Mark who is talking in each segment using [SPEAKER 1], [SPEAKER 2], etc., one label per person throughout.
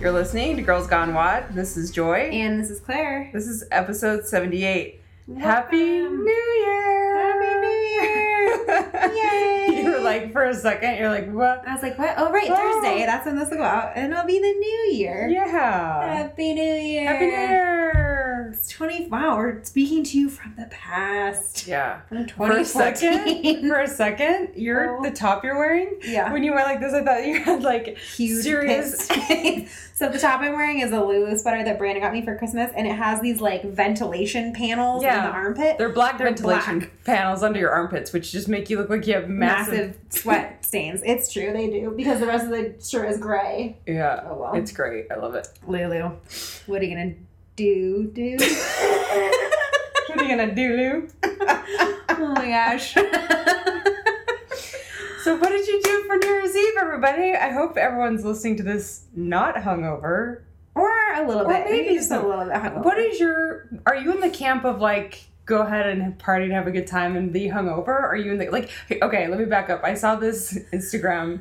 [SPEAKER 1] You're listening to Girls Gone Wild. This is Joy.
[SPEAKER 2] And this is Claire.
[SPEAKER 1] This is episode 78. Happy New Year!
[SPEAKER 2] Happy New Year! Yay!
[SPEAKER 1] you were like, for a second, you're like, what?
[SPEAKER 2] I was like, what? Oh, right,
[SPEAKER 1] Wow.
[SPEAKER 2] Thursday. That's when this will go out, and it'll be the new year.
[SPEAKER 1] Yeah.
[SPEAKER 2] Happy New Year.
[SPEAKER 1] Happy New Year!
[SPEAKER 2] It's 20. Wow, we're speaking to you from the past.
[SPEAKER 1] Yeah.
[SPEAKER 2] From
[SPEAKER 1] For a second,
[SPEAKER 2] 2014.
[SPEAKER 1] for a second, you're
[SPEAKER 2] Oh.
[SPEAKER 1] the top you're wearing.
[SPEAKER 2] yeah.
[SPEAKER 1] When you went like this, I thought you had like
[SPEAKER 2] Huge
[SPEAKER 1] serious-
[SPEAKER 2] pit. so the top I'm wearing is a Lulu sweater that Brandon got me for Christmas, and it has these like ventilation panels
[SPEAKER 1] Yeah.
[SPEAKER 2] in the armpit.
[SPEAKER 1] they're black
[SPEAKER 2] They're
[SPEAKER 1] ventilation panels under your armpits, which just make you look like you have massive.
[SPEAKER 2] massive sweat stains. It's true, they do because the rest of the shirt is gray.
[SPEAKER 1] Yeah,
[SPEAKER 2] Oh well.
[SPEAKER 1] it's great. I love it.
[SPEAKER 2] Lulu. What are you gonna do? Do?
[SPEAKER 1] What are you gonna do, Lou?
[SPEAKER 2] oh my gosh.
[SPEAKER 1] So, what did you do for New Year's Eve, everybody? I hope everyone's listening to this not hungover.
[SPEAKER 2] or a little
[SPEAKER 1] Or
[SPEAKER 2] bit.
[SPEAKER 1] maybe
[SPEAKER 2] just
[SPEAKER 1] some-
[SPEAKER 2] a little bit. hungover.
[SPEAKER 1] What is your? Are you in the camp of like? Go ahead and party and have a good time and be hungover. Are you in the like? Okay, let me back up. I saw this Instagram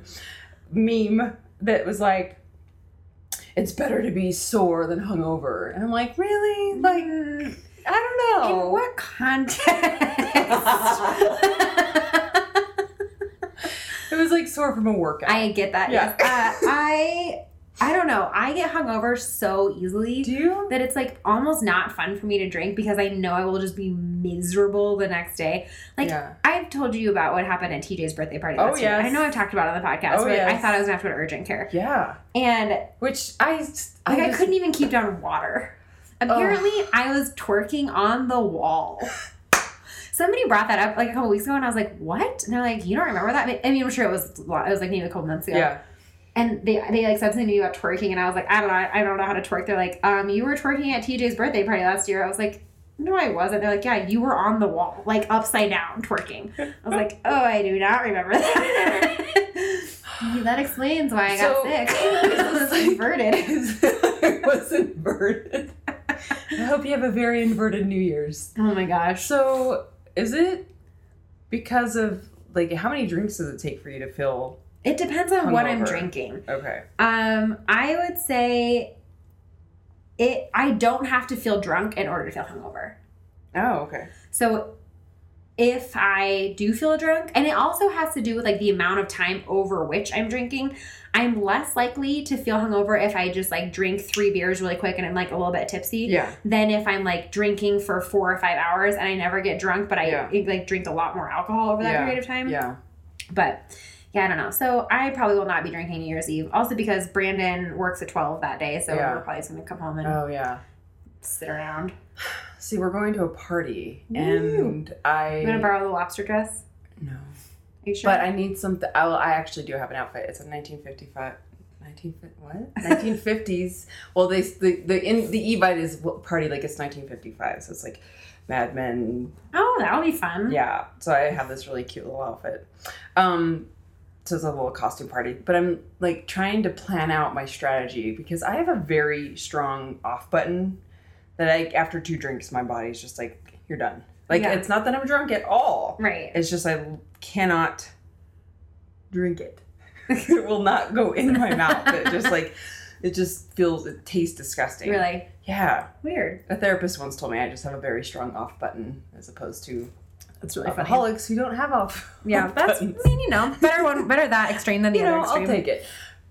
[SPEAKER 1] meme that was like, "It's better to be sore than hungover," and I'm like, really? Like,
[SPEAKER 2] Mm,
[SPEAKER 1] I don't know.
[SPEAKER 2] in what context?
[SPEAKER 1] It was like sore from a workout.
[SPEAKER 2] I get that.
[SPEAKER 1] Yeah.
[SPEAKER 2] Yes. Uh, I I don't know. I get hungover so easily.
[SPEAKER 1] do you?
[SPEAKER 2] that it's like almost not fun for me to drink because I know I will just be miserable the next day. Like
[SPEAKER 1] yeah.
[SPEAKER 2] I've told you about what happened at TJ's birthday party.
[SPEAKER 1] Oh,
[SPEAKER 2] last year.
[SPEAKER 1] yes.
[SPEAKER 2] I know I've talked about it on the podcast,
[SPEAKER 1] Oh,
[SPEAKER 2] but I
[SPEAKER 1] yes.
[SPEAKER 2] thought I was gonna have to go to urgent care,
[SPEAKER 1] Yeah.
[SPEAKER 2] and
[SPEAKER 1] Which I
[SPEAKER 2] like I,
[SPEAKER 1] just-
[SPEAKER 2] couldn't even keep down water. Apparently, I was twerking on the wall. Somebody brought that up like a couple weeks ago, and I was like, "What?" And they're like, "You don't remember that?" I mean, I'm sure it was a lot- it was like maybe a couple months ago.
[SPEAKER 1] Yeah.
[SPEAKER 2] And they they like said something to me about twerking, and I was like, I don't know, I don't know how to twerk. They're like, um, you were twerking at TJ's birthday party last year. I was like, no, I wasn't. They're like, yeah, you were on the wall, like upside down twerking. I was like, oh, I do not remember that. that explains why I got
[SPEAKER 1] So-
[SPEAKER 2] sick. I was inverted.
[SPEAKER 1] it was inverted. I hope you have a very inverted New Year's.
[SPEAKER 2] Oh my gosh.
[SPEAKER 1] So, is it because of like how many drinks does it take for you to feel
[SPEAKER 2] It depends on what I'm
[SPEAKER 1] Hungover.
[SPEAKER 2] drinking.
[SPEAKER 1] okay?
[SPEAKER 2] Um, I would say it. I don't have to feel drunk in order to feel hungover.
[SPEAKER 1] Oh, okay.
[SPEAKER 2] So if I do feel drunk, and it also has to do with like the amount of time over which I'm drinking, I'm less likely to feel hungover if I just like drink three beers really quick and I'm like a little bit tipsy
[SPEAKER 1] Yeah.
[SPEAKER 2] than if I'm like drinking for four or five hours and I never get drunk, but I
[SPEAKER 1] Yeah.
[SPEAKER 2] like drink a lot more alcohol over that
[SPEAKER 1] Yeah.
[SPEAKER 2] period of time.
[SPEAKER 1] Yeah.
[SPEAKER 2] But yeah, I don't know. So I probably will not be drinking New Year's Eve. Also because Brandon works at 12 that day, so
[SPEAKER 1] Yeah.
[SPEAKER 2] we're probably just gonna come home and
[SPEAKER 1] Oh, yeah.
[SPEAKER 2] sit around.
[SPEAKER 1] See, we're going to a party,
[SPEAKER 2] Woo.
[SPEAKER 1] and I
[SPEAKER 2] I'm gonna borrow the lobster dress.
[SPEAKER 1] no,
[SPEAKER 2] Are you sure?
[SPEAKER 1] but I need something. I will, I actually do have an outfit. It's a 1955. 19, what? 1950s. well, they the the in the e-bite is party like it's 1955, so it's like Mad Men,
[SPEAKER 2] oh, that'll be fun.
[SPEAKER 1] Yeah, so I have this really cute little outfit. Um, so it's a little costume party, but I'm like trying to plan out my strategy because I have a very strong off button that I after two drinks my body's just like you're done. Like
[SPEAKER 2] Yeah. Mm-hmm.
[SPEAKER 1] it's not that I'm drunk at all.
[SPEAKER 2] Right.
[SPEAKER 1] It's just I cannot drink it. it will not go in my mouth. It just like it just feels it tastes disgusting.
[SPEAKER 2] You're like,
[SPEAKER 1] Yeah.
[SPEAKER 2] weird.
[SPEAKER 1] A therapist once told me I just have a very strong off button as opposed to
[SPEAKER 2] That's
[SPEAKER 1] alcoholics who don't have off.
[SPEAKER 2] Yeah,
[SPEAKER 1] off
[SPEAKER 2] that's I
[SPEAKER 1] buttons.
[SPEAKER 2] mean, you know, better one better that extreme than the
[SPEAKER 1] you
[SPEAKER 2] other
[SPEAKER 1] know,
[SPEAKER 2] extreme.
[SPEAKER 1] I'll take it.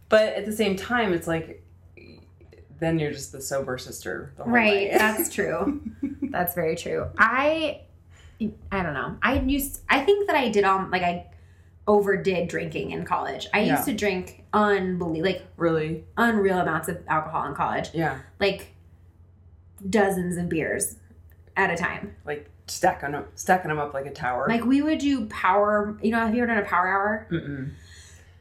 [SPEAKER 1] But at the same time, it's like then you're just the sober sister. The whole
[SPEAKER 2] right,
[SPEAKER 1] way.
[SPEAKER 2] that's true. that's very true. I I don't know. I used I think that I did um like I overdid drinking in college. I
[SPEAKER 1] Yeah.
[SPEAKER 2] used to drink unbelie like
[SPEAKER 1] really,
[SPEAKER 2] unreal amounts of alcohol in college.
[SPEAKER 1] yeah,
[SPEAKER 2] Like dozens of beers at a time.
[SPEAKER 1] like stacking them, stacking them up like a tower.
[SPEAKER 2] Like we would do power, you know, have you ever done a power hour?
[SPEAKER 1] Mm-mm.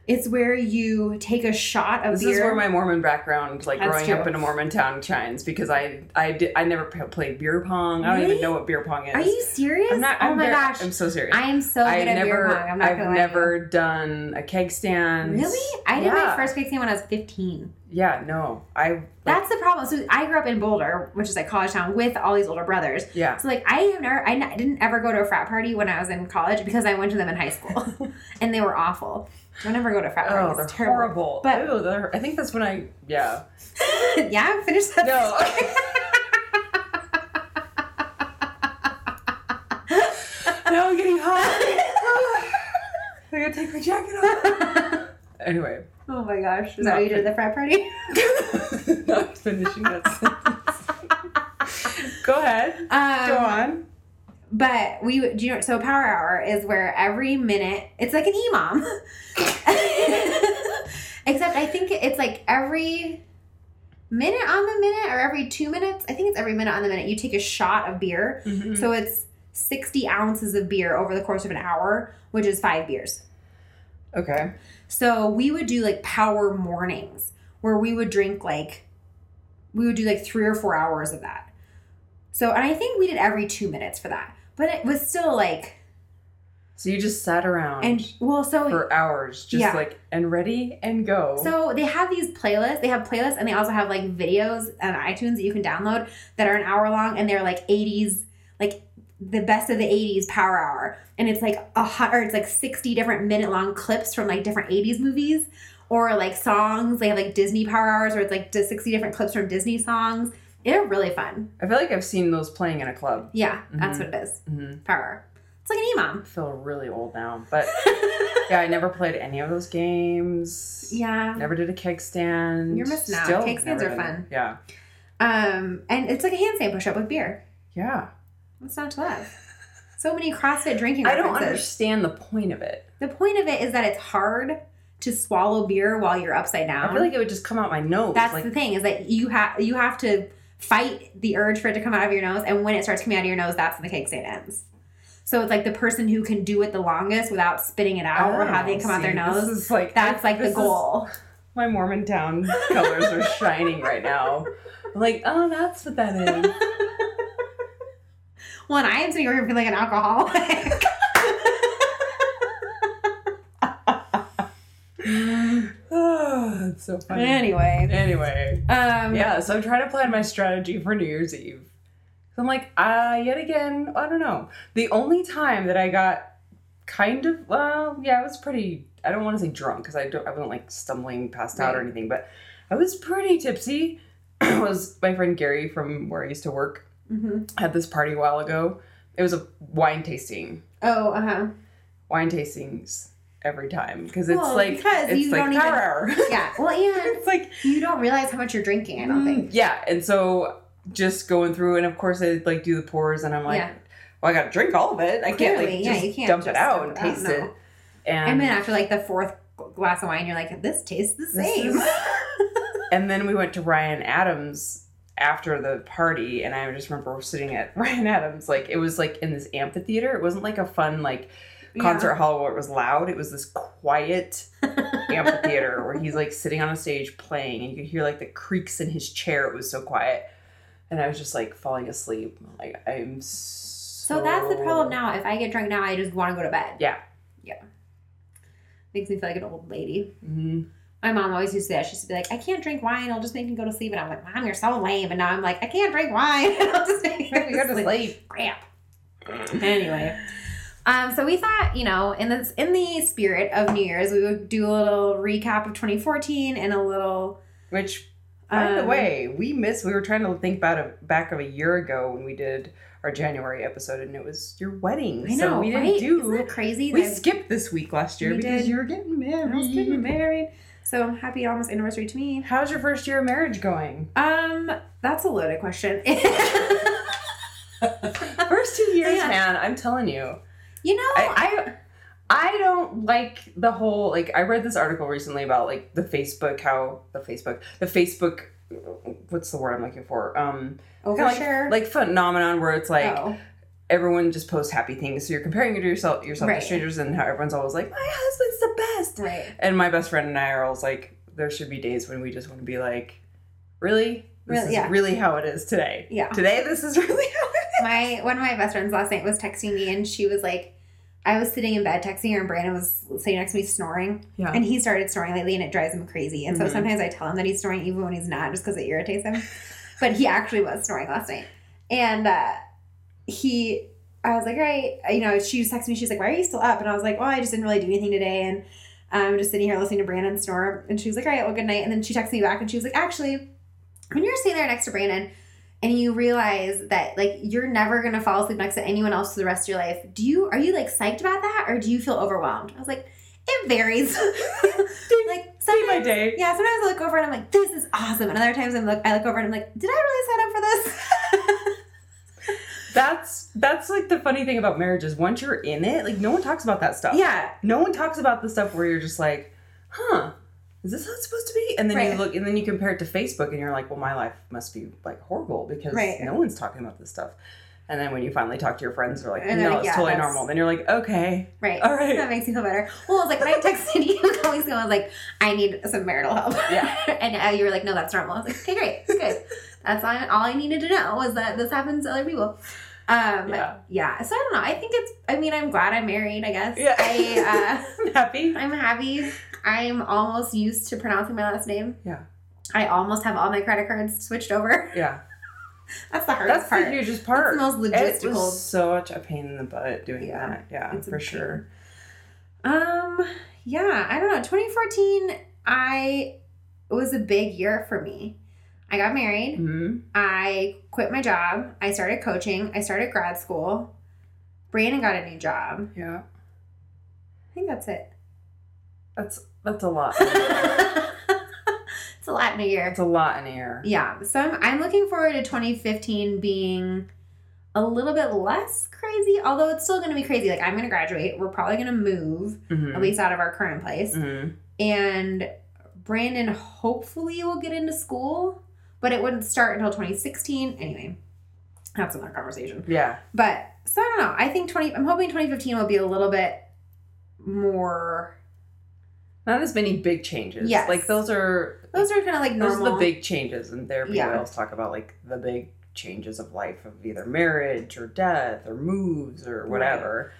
[SPEAKER 2] It's where you take a shot of
[SPEAKER 1] This
[SPEAKER 2] beer.
[SPEAKER 1] is where my Mormon background, like
[SPEAKER 2] That's
[SPEAKER 1] growing up
[SPEAKER 2] true.
[SPEAKER 1] in a Mormon town, shines because I I did I never p- played beer pong. I don't
[SPEAKER 2] Really?
[SPEAKER 1] even know what beer pong is.
[SPEAKER 2] Are you serious?
[SPEAKER 1] I'm not.
[SPEAKER 2] oh
[SPEAKER 1] I'm
[SPEAKER 2] my
[SPEAKER 1] very-
[SPEAKER 2] gosh.
[SPEAKER 1] I'm
[SPEAKER 2] I'm,
[SPEAKER 1] so serious.
[SPEAKER 2] so good
[SPEAKER 1] I
[SPEAKER 2] at
[SPEAKER 1] never.
[SPEAKER 2] beer pong. I'm not
[SPEAKER 1] I've
[SPEAKER 2] gonna lie to
[SPEAKER 1] never done a keg
[SPEAKER 2] you.
[SPEAKER 1] stand.
[SPEAKER 2] Really? I did
[SPEAKER 1] Yeah.
[SPEAKER 2] my first keg stand when I was 15.
[SPEAKER 1] Yeah, no. I like,
[SPEAKER 2] That's the problem. So I grew up in Boulder, which is like college town, with all these older brothers.
[SPEAKER 1] yeah.
[SPEAKER 2] So like I have never, I n- didn't ever go to a frat party when I was in college because I went to them in high school, and they were awful. Don't ever go to frat
[SPEAKER 1] Oh,
[SPEAKER 2] parties.
[SPEAKER 1] they're
[SPEAKER 2] It's
[SPEAKER 1] horrible.
[SPEAKER 2] terrible. But-
[SPEAKER 1] Ew, they're, I think that's when I yeah.
[SPEAKER 2] yeah, finish that.
[SPEAKER 1] No. now I'm getting hot. I gotta take my jacket off. Anyway,
[SPEAKER 2] oh my gosh, is
[SPEAKER 1] No.
[SPEAKER 2] that what you did at the frat party?
[SPEAKER 1] not finishing that sentence. Go ahead.
[SPEAKER 2] Um,
[SPEAKER 1] Go on.
[SPEAKER 2] But we do you know, so power hour is where every minute it's like an imam. Except I think it's like every minute on the minute or every two minutes. I think it's every minute on the minute. You take a shot of beer.
[SPEAKER 1] Mhm.
[SPEAKER 2] So it's 60 ounces of beer over the course of an hour, which is five beers.
[SPEAKER 1] Okay.
[SPEAKER 2] So we would do like power mornings where we would drink like we would do like three or four hours of that. So and I think we did every two minutes for that. But it was still like
[SPEAKER 1] So you just sat around
[SPEAKER 2] and well so
[SPEAKER 1] for hours, just
[SPEAKER 2] Yeah.
[SPEAKER 1] like and ready and go.
[SPEAKER 2] so they have these playlists. They have playlists and they also have like videos on iTunes that you can download that are an hour long and they're like 80s like the best of the 80s power hour and it's like a hot or it's like 60 different minute long clips from like different 80s movies or like songs. They have like Disney power hours where it's like just 60 different clips from Disney songs. They're really fun.
[SPEAKER 1] I feel like I've seen those playing in a club.
[SPEAKER 2] Yeah, that's
[SPEAKER 1] Mhm.
[SPEAKER 2] what it is.
[SPEAKER 1] hmm
[SPEAKER 2] Power. hour. It's like an imam.
[SPEAKER 1] I feel really old now, but yeah, I never played any of those games.
[SPEAKER 2] Yeah.
[SPEAKER 1] Never did a keg stand.
[SPEAKER 2] You're missing out.
[SPEAKER 1] Still
[SPEAKER 2] Keg stands
[SPEAKER 1] never
[SPEAKER 2] are
[SPEAKER 1] did it.
[SPEAKER 2] fun.
[SPEAKER 1] Yeah.
[SPEAKER 2] Um and it's like a handstand push up with beer.
[SPEAKER 1] Yeah.
[SPEAKER 2] What's not to love? So many CrossFit drinking.
[SPEAKER 1] I don't
[SPEAKER 2] references.
[SPEAKER 1] understand the point of it.
[SPEAKER 2] The point of it is that it's hard to swallow beer while you're upside down.
[SPEAKER 1] I feel like it would just come out my nose.
[SPEAKER 2] That's
[SPEAKER 1] like,
[SPEAKER 2] the thing is that you have you have to fight the urge for it to come out of your nose, and when it starts coming out of your nose, that's when the cake stand ends. So it's like the person who can do it the longest without spitting it out or
[SPEAKER 1] oh,
[SPEAKER 2] having it come out their
[SPEAKER 1] see,
[SPEAKER 2] nose.
[SPEAKER 1] This is like
[SPEAKER 2] That's like the
[SPEAKER 1] this is-
[SPEAKER 2] goal.
[SPEAKER 1] my Mormon town colors are shining right now. I'm like, oh, that's what that is.
[SPEAKER 2] Well, and I am sitting over here feeling like an alcoholic.
[SPEAKER 1] oh, it's so funny.
[SPEAKER 2] anyway,
[SPEAKER 1] Anyway.
[SPEAKER 2] um,
[SPEAKER 1] Yeah, so I'm trying to plan my strategy for New Year's Eve. So I'm like, uh, yet again, I don't know. The only time that I got kind of, well, yeah, I was pretty, I don't want to say drunk because I, don't, I wasn't like stumbling passed out or
[SPEAKER 2] Right.
[SPEAKER 1] anything, but I was pretty tipsy. was my friend Gary from where I used to work
[SPEAKER 2] mhm.
[SPEAKER 1] had this party a while ago. It was a wine tasting,
[SPEAKER 2] Oh, uh huh.
[SPEAKER 1] wine tastings every time because it's
[SPEAKER 2] Well,
[SPEAKER 1] like,
[SPEAKER 2] because
[SPEAKER 1] it's
[SPEAKER 2] you
[SPEAKER 1] like
[SPEAKER 2] don't even-
[SPEAKER 1] power hour.
[SPEAKER 2] Yeah. Well, and
[SPEAKER 1] it's like,
[SPEAKER 2] you don't realize how much you're drinking. I don't think.
[SPEAKER 1] Mm, Yeah, and so just going through, and of course I like do the pours, and I'm like,
[SPEAKER 2] Yeah.
[SPEAKER 1] well, I gotta drink all of it. I can't
[SPEAKER 2] Clearly,
[SPEAKER 1] like
[SPEAKER 2] yeah,
[SPEAKER 1] just
[SPEAKER 2] you can't
[SPEAKER 1] dump it
[SPEAKER 2] just
[SPEAKER 1] out and
[SPEAKER 2] dump it out,
[SPEAKER 1] taste
[SPEAKER 2] no.
[SPEAKER 1] it. And
[SPEAKER 2] And then after like the fourth glass of wine, you're like, this tastes the
[SPEAKER 1] This
[SPEAKER 2] same.
[SPEAKER 1] is- and then we went to Ryan Adams after the party, and I just remember sitting at Ryan Adams like it was like in this amphitheater. It wasn't like a fun like concert hall where it was loud. It was this quiet amphitheater where he's like sitting on a stage playing and you could hear like the creaks in his chair. It was so quiet. And I was just like falling asleep. Like I'm so
[SPEAKER 2] So, that's the problem now. If I get drunk now, I just want to go to bed.
[SPEAKER 1] Yeah.
[SPEAKER 2] Yeah. Makes me feel like an old lady.
[SPEAKER 1] Mhm.
[SPEAKER 2] My mom always used to say that. She used to be like, I can't drink wine. It'll just make me go to sleep. And I'm like, Mom, you're so lame. And now I'm like, I can't drink wine. It'll just make me go
[SPEAKER 1] Maybe
[SPEAKER 2] to sleep.
[SPEAKER 1] sleep.
[SPEAKER 2] Crap. Anyway. Um, so we thought, you know, in this in the spirit of New Year's, we would do a little recap of 2014 and a little.
[SPEAKER 1] Which by the
[SPEAKER 2] um,
[SPEAKER 1] way, we missed we were trying to think about a back of a year ago when we did our January episode and it was your wedding.
[SPEAKER 2] I know,
[SPEAKER 1] so we didn't
[SPEAKER 2] right? Isn't
[SPEAKER 1] do
[SPEAKER 2] that crazy?
[SPEAKER 1] we
[SPEAKER 2] that-
[SPEAKER 1] skipped this week last year
[SPEAKER 2] We
[SPEAKER 1] because
[SPEAKER 2] did.
[SPEAKER 1] you were getting married.
[SPEAKER 2] I was getting married. So happy almost anniversary to me.
[SPEAKER 1] How's your first year of marriage going?
[SPEAKER 2] Um, that's a loaded question.
[SPEAKER 1] First two years,
[SPEAKER 2] Yeah.
[SPEAKER 1] man, I'm telling you.
[SPEAKER 2] you know,
[SPEAKER 1] I, I I don't like the whole like I read this article recently about like the Facebook how the Facebook the Facebook what's the word I'm looking for um
[SPEAKER 2] overshare.
[SPEAKER 1] like phenomenon where it's like
[SPEAKER 2] Oh.
[SPEAKER 1] everyone just posts happy things so you're comparing it to yourself yourself
[SPEAKER 2] Right.
[SPEAKER 1] to strangers and how everyone's always like my husband's the best
[SPEAKER 2] right.
[SPEAKER 1] and my best friend and I are always like there should be days when we just want to be like really this
[SPEAKER 2] Really-
[SPEAKER 1] is
[SPEAKER 2] yeah.
[SPEAKER 1] really how it is today
[SPEAKER 2] Yeah.
[SPEAKER 1] today this is really how it
[SPEAKER 2] My one of my best friends last night was texting me, and she was like, I was sitting in bed texting her, and Brandon was sitting next to me snoring.
[SPEAKER 1] Yeah.
[SPEAKER 2] And he started snoring lately, and it drives him crazy. And so
[SPEAKER 1] Mhm.
[SPEAKER 2] sometimes I tell him that he's snoring even when he's not, just because it irritates him. but he actually was snoring last night. And uh, he, I was like, all right. You know, she just texted me. She's like, why are you still up? And I was like, well, I just didn't really do anything today. And I'm just sitting here listening to Brandon snore. And she was like, all right, well, good night. And then she texted me back, and she was like, actually, when you're sitting there next to Brandon, and you realize that like you're never gonna fall asleep next to anyone else for the rest of your life, do you are you like psyched about that or do you feel overwhelmed? I was like, it varies. like
[SPEAKER 1] Day by
[SPEAKER 2] sometimes,
[SPEAKER 1] day.
[SPEAKER 2] yeah, sometimes I look over and I'm like, this is awesome. And other times I'm look I look over and I'm like, did I really sign up for this?
[SPEAKER 1] That's that's like the funny thing about marriage is once you're in it, like no one talks about that stuff.
[SPEAKER 2] yeah.
[SPEAKER 1] No one talks about the stuff where you're just like, huh, is this how it's supposed to be? And then you
[SPEAKER 2] Right.
[SPEAKER 1] look and then you compare it to Facebook and you're like, well, my life must be like horrible because
[SPEAKER 2] Right.
[SPEAKER 1] no one's talking about this stuff. And then when you finally talk to your friends, they're like,
[SPEAKER 2] And they're
[SPEAKER 1] no,
[SPEAKER 2] like,
[SPEAKER 1] it's
[SPEAKER 2] yeah,
[SPEAKER 1] totally
[SPEAKER 2] that's-
[SPEAKER 1] normal. Then you're like, okay.
[SPEAKER 2] Right.
[SPEAKER 1] All right.
[SPEAKER 2] That makes me feel better. Well, it's like when I texted you a couple weeks ago, I was like, I need some marital help.
[SPEAKER 1] Yeah.
[SPEAKER 2] and uh, you were like, no, that's normal. I was like, okay, great, good. That's all I, all I needed to know was that this happens to other people. Um,
[SPEAKER 1] Yeah.
[SPEAKER 2] yeah. So I don't know. I think it's. I mean, I'm glad I'm married. I guess.
[SPEAKER 1] Yeah.
[SPEAKER 2] I,
[SPEAKER 1] I'm happy.
[SPEAKER 2] uh, I'm happy. I'm almost used to pronouncing my last name.
[SPEAKER 1] Yeah.
[SPEAKER 2] I almost have all my credit cards switched over.
[SPEAKER 1] Yeah.
[SPEAKER 2] That's the hardest
[SPEAKER 1] That's
[SPEAKER 2] part.
[SPEAKER 1] the hugest
[SPEAKER 2] That's
[SPEAKER 1] part.
[SPEAKER 2] the
[SPEAKER 1] It
[SPEAKER 2] most logistical.
[SPEAKER 1] was such a pain in the butt doing
[SPEAKER 2] Yeah.
[SPEAKER 1] that. Yeah,
[SPEAKER 2] It's a
[SPEAKER 1] for
[SPEAKER 2] pain.
[SPEAKER 1] sure.
[SPEAKER 2] Um, yeah, I don't know. 2014, I it was a big year for me. I got married.
[SPEAKER 1] hmm
[SPEAKER 2] I quit my job. I started coaching. I started grad school. Brandon got a new job.
[SPEAKER 1] Yeah,
[SPEAKER 2] I think that's it.
[SPEAKER 1] that's that's a lot.
[SPEAKER 2] it's a lot in a year.
[SPEAKER 1] That's a lot in air.
[SPEAKER 2] Yeah. So I'm, I'm looking forward to 2015 being a little bit less crazy, although it's still going to be crazy. Like, I'm going to graduate. We're probably going to move, at
[SPEAKER 1] Mm-hmm.
[SPEAKER 2] least out of our current place. and Brandon hopefully will get into school, but it wouldn't start until 2016. Anyway, that's another conversation.
[SPEAKER 1] Yeah,
[SPEAKER 2] But so I don't know. I think 20. I'm hoping 2015 will be a little bit more.
[SPEAKER 1] not as many big changes.
[SPEAKER 2] Yes.
[SPEAKER 1] like those are
[SPEAKER 2] Those are kind of like
[SPEAKER 1] those
[SPEAKER 2] normal.
[SPEAKER 1] are the big changes, and there people
[SPEAKER 2] Yeah.
[SPEAKER 1] else talk about like the big changes of life of either marriage or death or moves or whatever,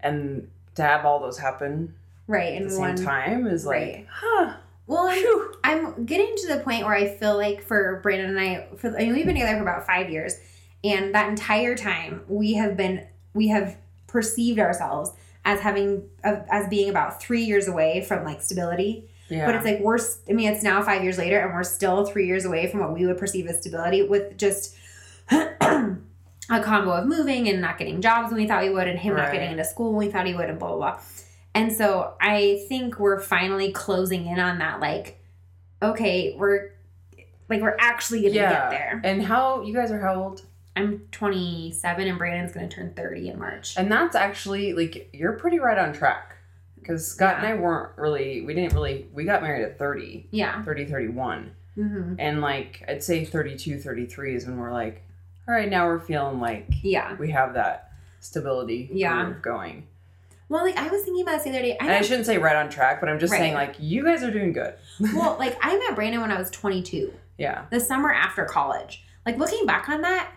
[SPEAKER 1] and to have all those happen
[SPEAKER 2] right
[SPEAKER 1] at
[SPEAKER 2] in
[SPEAKER 1] the same
[SPEAKER 2] one.
[SPEAKER 1] time is like,
[SPEAKER 2] Right.
[SPEAKER 1] huh?
[SPEAKER 2] Well, I'm,
[SPEAKER 1] Phew.
[SPEAKER 2] I'm getting to the point where I feel like for Brandon and I, for I mean, we've been together for about five years, and that entire time we have been we have perceived ourselves as having of- as being about three years away from like stability.
[SPEAKER 1] Yeah,
[SPEAKER 2] But it's like we're, s- I mean, it's now five years later and we're still three years away from what we would perceive as stability with just a combo of moving and not getting jobs when we thought we would and him not
[SPEAKER 1] Right.
[SPEAKER 2] getting into school when we thought he would and blah, blah, blah. And so I think we're finally closing in on that, like, okay, we're like, we're actually going to
[SPEAKER 1] Yeah.
[SPEAKER 2] get there.
[SPEAKER 1] and how you guys are how old?
[SPEAKER 2] I'm 27 and Brandon's going to turn 30 in March.
[SPEAKER 1] And that's actually like you're pretty right on track because Scott
[SPEAKER 2] Yeah.
[SPEAKER 1] and I weren't really we didn't really we got married at 30,
[SPEAKER 2] Yeah.
[SPEAKER 1] 30 31.
[SPEAKER 2] hmm
[SPEAKER 1] And like I'd say 32 33 is when we're like all right, now we're feeling like
[SPEAKER 2] Yeah.
[SPEAKER 1] we have that stability
[SPEAKER 2] Yeah.
[SPEAKER 1] groove going.
[SPEAKER 2] Well, like, I was thinking about this the other day. I
[SPEAKER 1] And I
[SPEAKER 2] don't-
[SPEAKER 1] shouldn't say right on track, but I'm just
[SPEAKER 2] Right.
[SPEAKER 1] saying like you guys are doing good.
[SPEAKER 2] well, like, I met Brandon when I was 22.
[SPEAKER 1] Yeah.
[SPEAKER 2] the summer after college. Like looking back on that,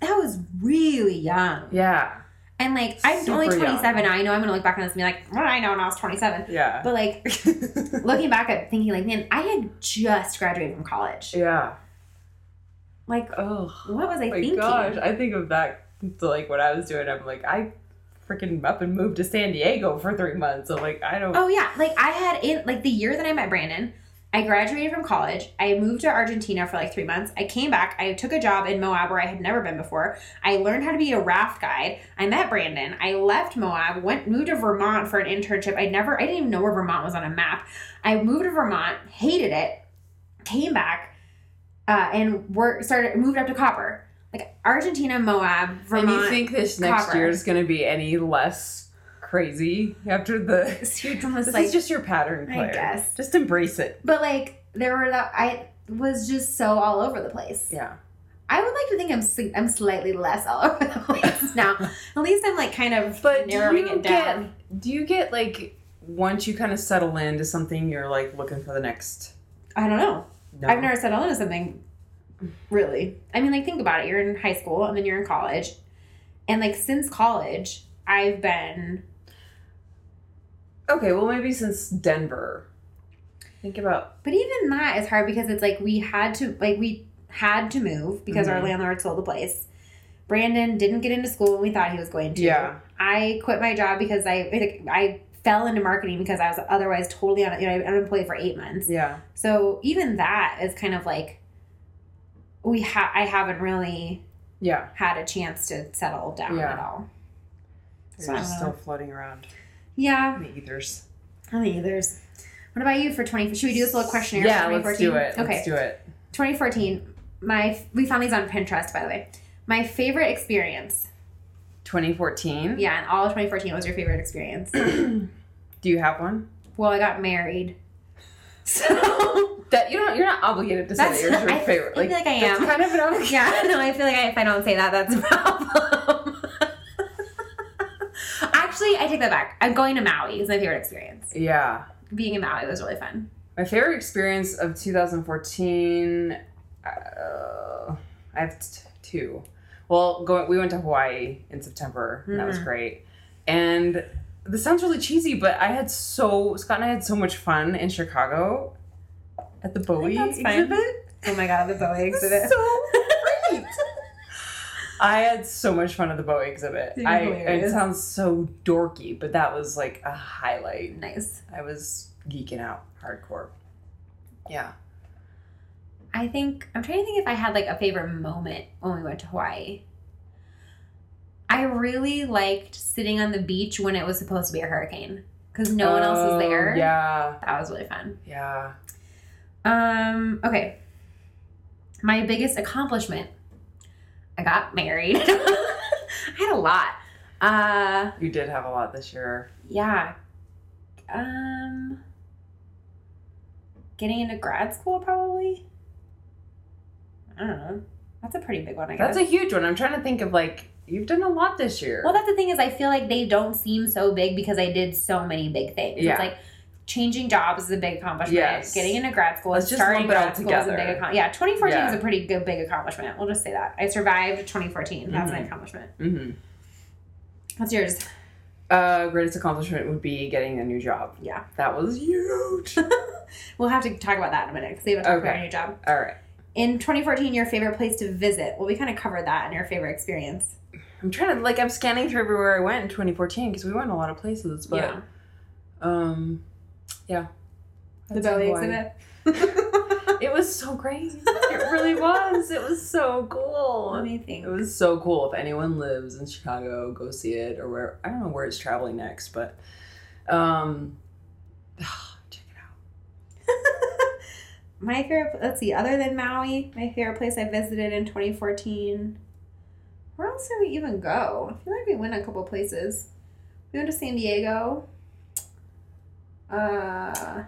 [SPEAKER 2] that was really young.
[SPEAKER 1] Yeah.
[SPEAKER 2] And like I'm
[SPEAKER 1] Super
[SPEAKER 2] only
[SPEAKER 1] young.
[SPEAKER 2] 27 now. I know I'm gonna look back on this and be like, "Oh, I know when I was 27.
[SPEAKER 1] Yeah.
[SPEAKER 2] But like looking back at thinking like, man, I had just graduated from college.
[SPEAKER 1] yeah.
[SPEAKER 2] Like
[SPEAKER 1] Oh
[SPEAKER 2] what was I
[SPEAKER 1] my
[SPEAKER 2] thinking?
[SPEAKER 1] gosh. I think of that to like what I was doing. I'm like I freaking up and moved to San Diego for 3 months. So like I don't
[SPEAKER 2] Oh yeah, like I had in like the year that I met Brandon, I graduated from college. I moved to Argentina for like three months. I came back. I took a job in Moab where I had never been before. I learned how to be a raft guide. I met Brandon. I left Moab. Went moved to Vermont for an internship. I never. I didn't even know where Vermont was on a map. I moved to Vermont. Hated it. Came back. Uh, and work started moved up to Copper. Like Argentina, Moab, Vermont.
[SPEAKER 1] and you think this next
[SPEAKER 2] copper.
[SPEAKER 1] year is going to be any less crazy after the?
[SPEAKER 2] Dude, I'm just
[SPEAKER 1] This
[SPEAKER 2] like-
[SPEAKER 1] is just your pattern,
[SPEAKER 2] I
[SPEAKER 1] Claire.
[SPEAKER 2] guess.
[SPEAKER 1] Just embrace it.
[SPEAKER 2] but like there were that I was just so all over the place.
[SPEAKER 1] Yeah.
[SPEAKER 2] I would like to think I'm sli- I'm slightly less all over the place now. At least I'm like kind of
[SPEAKER 1] But do
[SPEAKER 2] narrowing
[SPEAKER 1] you
[SPEAKER 2] it down.
[SPEAKER 1] Do you get like once you kind of settle into something, you're like looking for the next?
[SPEAKER 2] I don't know.
[SPEAKER 1] No.
[SPEAKER 2] I've never settled into something really. I mean, like think about it. You're in high school and then you're in college, and like since college, I've been
[SPEAKER 1] Okay, well maybe since Denver. Think about
[SPEAKER 2] But even that is hard because it's like we had to like we had to move because our
[SPEAKER 1] Mhm.
[SPEAKER 2] landlord sold the place. Brandon didn't get into school when we thought he was going to.
[SPEAKER 1] yeah.
[SPEAKER 2] I quit my job because I I fell into marketing because I was otherwise totally un, you know, unemployed for eight months.
[SPEAKER 1] Yeah.
[SPEAKER 2] So even that is kind of like we ha- I haven't really
[SPEAKER 1] Yeah.
[SPEAKER 2] had a chance to settle down
[SPEAKER 1] Yeah.
[SPEAKER 2] at all. So
[SPEAKER 1] They're
[SPEAKER 2] I
[SPEAKER 1] just
[SPEAKER 2] don't know.
[SPEAKER 1] still floating around
[SPEAKER 2] Yeah,
[SPEAKER 1] in the ethers.
[SPEAKER 2] I mean, there's. What about you for twenty? Should we do this little questionnaire?
[SPEAKER 1] Yeah,
[SPEAKER 2] for
[SPEAKER 1] let's
[SPEAKER 2] 2014?
[SPEAKER 1] do it.
[SPEAKER 2] Okay.
[SPEAKER 1] Let's do it.
[SPEAKER 2] 2014. My we found these on Pinterest, by the way. My favorite experience.
[SPEAKER 1] 2014.
[SPEAKER 2] Yeah, and all of 2014 was your favorite experience.
[SPEAKER 1] Do you have one?
[SPEAKER 2] well, I got married. So
[SPEAKER 1] That you don't. You're not obligated to say
[SPEAKER 2] That's-
[SPEAKER 1] that yours is your
[SPEAKER 2] I
[SPEAKER 1] favorite.
[SPEAKER 2] feel like I
[SPEAKER 1] that's
[SPEAKER 2] am.
[SPEAKER 1] kind of an obligation.
[SPEAKER 2] yeah, no, I feel like I, if I don't say that, that's a problem. Actually, I take that back. I'm going to Maui is my favorite experience.
[SPEAKER 1] Yeah.
[SPEAKER 2] Being in Maui was really fun.
[SPEAKER 1] My favorite experience of 2014. Uh, I have t- two. Well, go, we went to Hawaii in September. And that was
[SPEAKER 2] Mhm.
[SPEAKER 1] great. And this sounds really cheesy, but I had so Scott and I had so much fun in Chicago at the Bowie
[SPEAKER 2] that's fine.
[SPEAKER 1] exhibit.
[SPEAKER 2] Oh my god, the Bowie
[SPEAKER 1] It was so great. I had so much fun at the Bowie exhibit.
[SPEAKER 2] You're
[SPEAKER 1] I, it
[SPEAKER 2] hilarious.
[SPEAKER 1] sounds so dorky, but that was like a highlight.
[SPEAKER 2] nice.
[SPEAKER 1] I was geeking out hardcore. Yeah.
[SPEAKER 2] I think I'm trying to think if I had like a favorite moment when we went to Hawaii. I really liked sitting on the beach when it was supposed to be a hurricane because no one else was
[SPEAKER 1] Oh,
[SPEAKER 2] there.
[SPEAKER 1] Yeah.
[SPEAKER 2] that was really fun.
[SPEAKER 1] Yeah.
[SPEAKER 2] Um, okay. My biggest accomplishment. I got married. I had a lot. Uh
[SPEAKER 1] You did have a lot this year.
[SPEAKER 2] yeah. Um getting into grad school probably. I don't know. That's a pretty big one, I guess.
[SPEAKER 1] That's a huge one. I'm trying to think of like you've done a lot this year.
[SPEAKER 2] Well, that's the thing is, I feel like they don't seem so big because I did so many big things.
[SPEAKER 1] Yeah.
[SPEAKER 2] It's like changing jobs is a big accomplishment.
[SPEAKER 1] Yes.
[SPEAKER 2] Getting into grad school,
[SPEAKER 1] Let's just
[SPEAKER 2] starting
[SPEAKER 1] lump it all
[SPEAKER 2] grad school is a
[SPEAKER 1] together.
[SPEAKER 2] big accomplishment. Yeah, 2014
[SPEAKER 1] Yeah.
[SPEAKER 2] was a pretty good big accomplishment. We'll just say that. I survived 2014. That's an
[SPEAKER 1] Mhm.
[SPEAKER 2] accomplishment.
[SPEAKER 1] hmm
[SPEAKER 2] What's yours?
[SPEAKER 1] Uh, greatest accomplishment would be getting a new job.
[SPEAKER 2] Yeah.
[SPEAKER 1] That was huge.
[SPEAKER 2] We'll have to talk about that in a minute because we haven't talked about
[SPEAKER 1] Okay.
[SPEAKER 2] your new job.
[SPEAKER 1] All right.
[SPEAKER 2] In 2014, your favorite place to visit. Well, we kind of covered that in your favorite experience.
[SPEAKER 1] I'm trying to like I'm scanning through everywhere I went in 2014 because we went a lot of places, but
[SPEAKER 2] yeah.
[SPEAKER 1] um, yeah,
[SPEAKER 2] The
[SPEAKER 1] That's
[SPEAKER 2] belly
[SPEAKER 1] Hawaii.
[SPEAKER 2] exhibit.
[SPEAKER 1] It was so great. it really was. It was so
[SPEAKER 2] Let
[SPEAKER 1] cool.
[SPEAKER 2] me
[SPEAKER 1] It
[SPEAKER 2] think.
[SPEAKER 1] was so cool. If anyone lives in Chicago, go see it or where I don't know where it's traveling next, but um, check it out.
[SPEAKER 2] My favorite, let's see, other than Maui, my favorite place I visited in 2014. Where else did we even go? I feel like we went a couple places. We went to San Diego uh,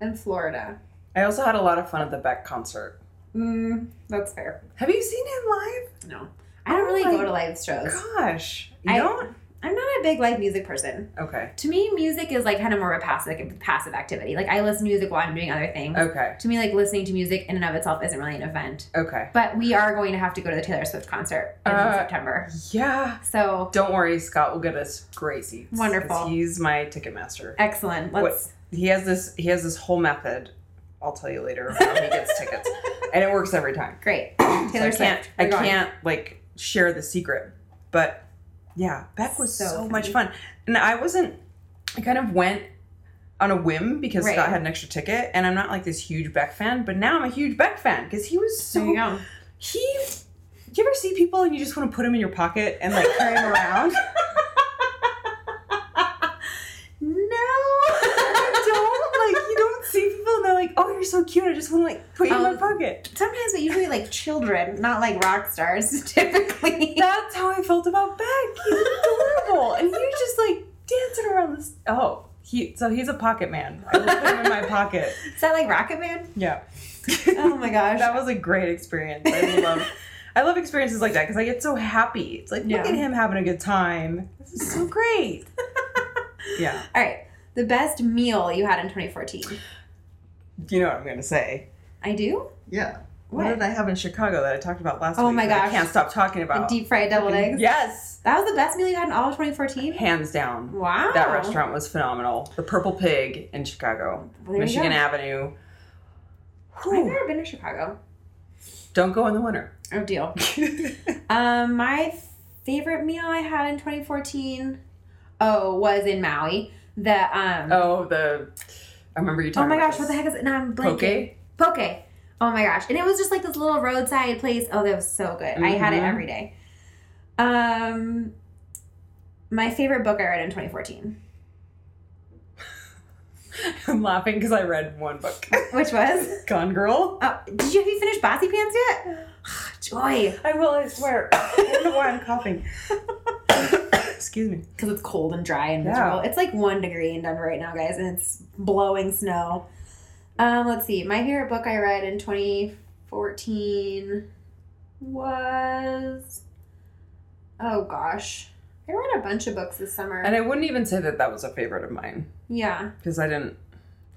[SPEAKER 2] and Florida.
[SPEAKER 1] I also had a lot of fun at the Beck concert.
[SPEAKER 2] Mm, that's fair.
[SPEAKER 1] Have you seen him live?
[SPEAKER 2] No. I don't
[SPEAKER 1] Oh
[SPEAKER 2] really
[SPEAKER 1] my
[SPEAKER 2] go to live shows.
[SPEAKER 1] Gosh, you
[SPEAKER 2] I-
[SPEAKER 1] don't.
[SPEAKER 2] I'm not a big live music person.
[SPEAKER 1] Okay.
[SPEAKER 2] To me, music is like kind of more of a passive, passive activity. Like I listen to music while I'm doing other things.
[SPEAKER 1] Okay.
[SPEAKER 2] To me, like listening to music in and of itself isn't really an event.
[SPEAKER 1] Okay.
[SPEAKER 2] But we are going to have to go to the Taylor Swift concert in
[SPEAKER 1] Uh,
[SPEAKER 2] September.
[SPEAKER 1] Yeah.
[SPEAKER 2] So
[SPEAKER 1] Don't worry, Scott will get us great seats. 'cause
[SPEAKER 2] Wonderful.
[SPEAKER 1] He's my ticket master.
[SPEAKER 2] excellent. Let's
[SPEAKER 1] He has this he has this whole method. I'll tell you later how he gets tickets. And it works every time.
[SPEAKER 2] great.
[SPEAKER 1] So
[SPEAKER 2] Taylor
[SPEAKER 1] I can't
[SPEAKER 2] Swift.
[SPEAKER 1] I
[SPEAKER 2] we're going.
[SPEAKER 1] can't like share the secret. But yeah, Beck was
[SPEAKER 2] So
[SPEAKER 1] so, much
[SPEAKER 2] funny.
[SPEAKER 1] fun. And I wasn't I kind of went on a whim because
[SPEAKER 2] Right.
[SPEAKER 1] Scott had an extra ticket and I'm not like this huge Beck fan, but now I'm a huge Beck fan because he was
[SPEAKER 2] There
[SPEAKER 1] so
[SPEAKER 2] you go.
[SPEAKER 1] he do you ever see people and you just want to put them in your pocket and like carry them around?
[SPEAKER 2] No.
[SPEAKER 1] don't like you don't see people and they're like, oh, you're so cute. I just want to like put you in
[SPEAKER 2] Um,
[SPEAKER 1] my pocket.
[SPEAKER 2] Sometimes, but usually like children, not like rock stars, typically.
[SPEAKER 1] That's how I felt about Beck. He's adorable, and he was just like dancing around this. Oh, he so he's a pocket man. I will put him in my pocket.
[SPEAKER 2] Is that like Rocket Man?
[SPEAKER 1] Yeah,
[SPEAKER 2] Oh my gosh.
[SPEAKER 1] that was a great experience. I love. I love experiences like that because I get so happy. It's like,
[SPEAKER 2] Yeah.
[SPEAKER 1] look at him having a good time. This is so great. yeah.
[SPEAKER 2] All right. The best meal you had in 2014.
[SPEAKER 1] You know what I'm going to say.
[SPEAKER 2] I do.
[SPEAKER 1] Yeah.
[SPEAKER 2] What?
[SPEAKER 1] What did I have in Chicago that I talked about last
[SPEAKER 2] Oh
[SPEAKER 1] week?
[SPEAKER 2] my
[SPEAKER 1] that I
[SPEAKER 2] gosh.
[SPEAKER 1] can't stop talking about.
[SPEAKER 2] Deep fried deviled eggs.
[SPEAKER 1] Yes,
[SPEAKER 2] That was the best meal you had in all of 2014.
[SPEAKER 1] hands down.
[SPEAKER 2] Wow.
[SPEAKER 1] That restaurant was phenomenal. The Purple Pig in Chicago,
[SPEAKER 2] There you
[SPEAKER 1] Michigan
[SPEAKER 2] go.
[SPEAKER 1] Avenue.
[SPEAKER 2] I've
[SPEAKER 1] Whew.
[SPEAKER 2] never been to Chicago.
[SPEAKER 1] Don't go in the winter.
[SPEAKER 2] Oh, deal. Um, my favorite meal I had in 2014, oh, was in Maui. The um, oh,
[SPEAKER 1] oh, the. I remember you talking.
[SPEAKER 2] my
[SPEAKER 1] about
[SPEAKER 2] gosh, what the
[SPEAKER 1] this.
[SPEAKER 2] heck is it? Now I'm blanking. Poke. Poke. Oh my gosh, and it was just like this little roadside place. Oh, that was so good. I had it
[SPEAKER 1] Mhm.
[SPEAKER 2] every day. Um, my favorite book I read in 2014,
[SPEAKER 1] Poke. I'm laughing because I read one book,
[SPEAKER 2] which was
[SPEAKER 1] Gone Girl.
[SPEAKER 2] oh, did you have you finished Bossy Pants yet? Ah, Joy,
[SPEAKER 1] I will. I swear. I don't know why I'm coughing. Excuse me.
[SPEAKER 2] because it's cold and dry and
[SPEAKER 1] Yeah.
[SPEAKER 2] miserable. It's like one degree in Denver right now, guys, and it's blowing snow. Um, let's see. My favorite book I read in 2014 was. Oh gosh. I read a bunch of books this summer.
[SPEAKER 1] And I wouldn't even say that that was a favorite of mine
[SPEAKER 2] yeah,
[SPEAKER 1] because I didn't.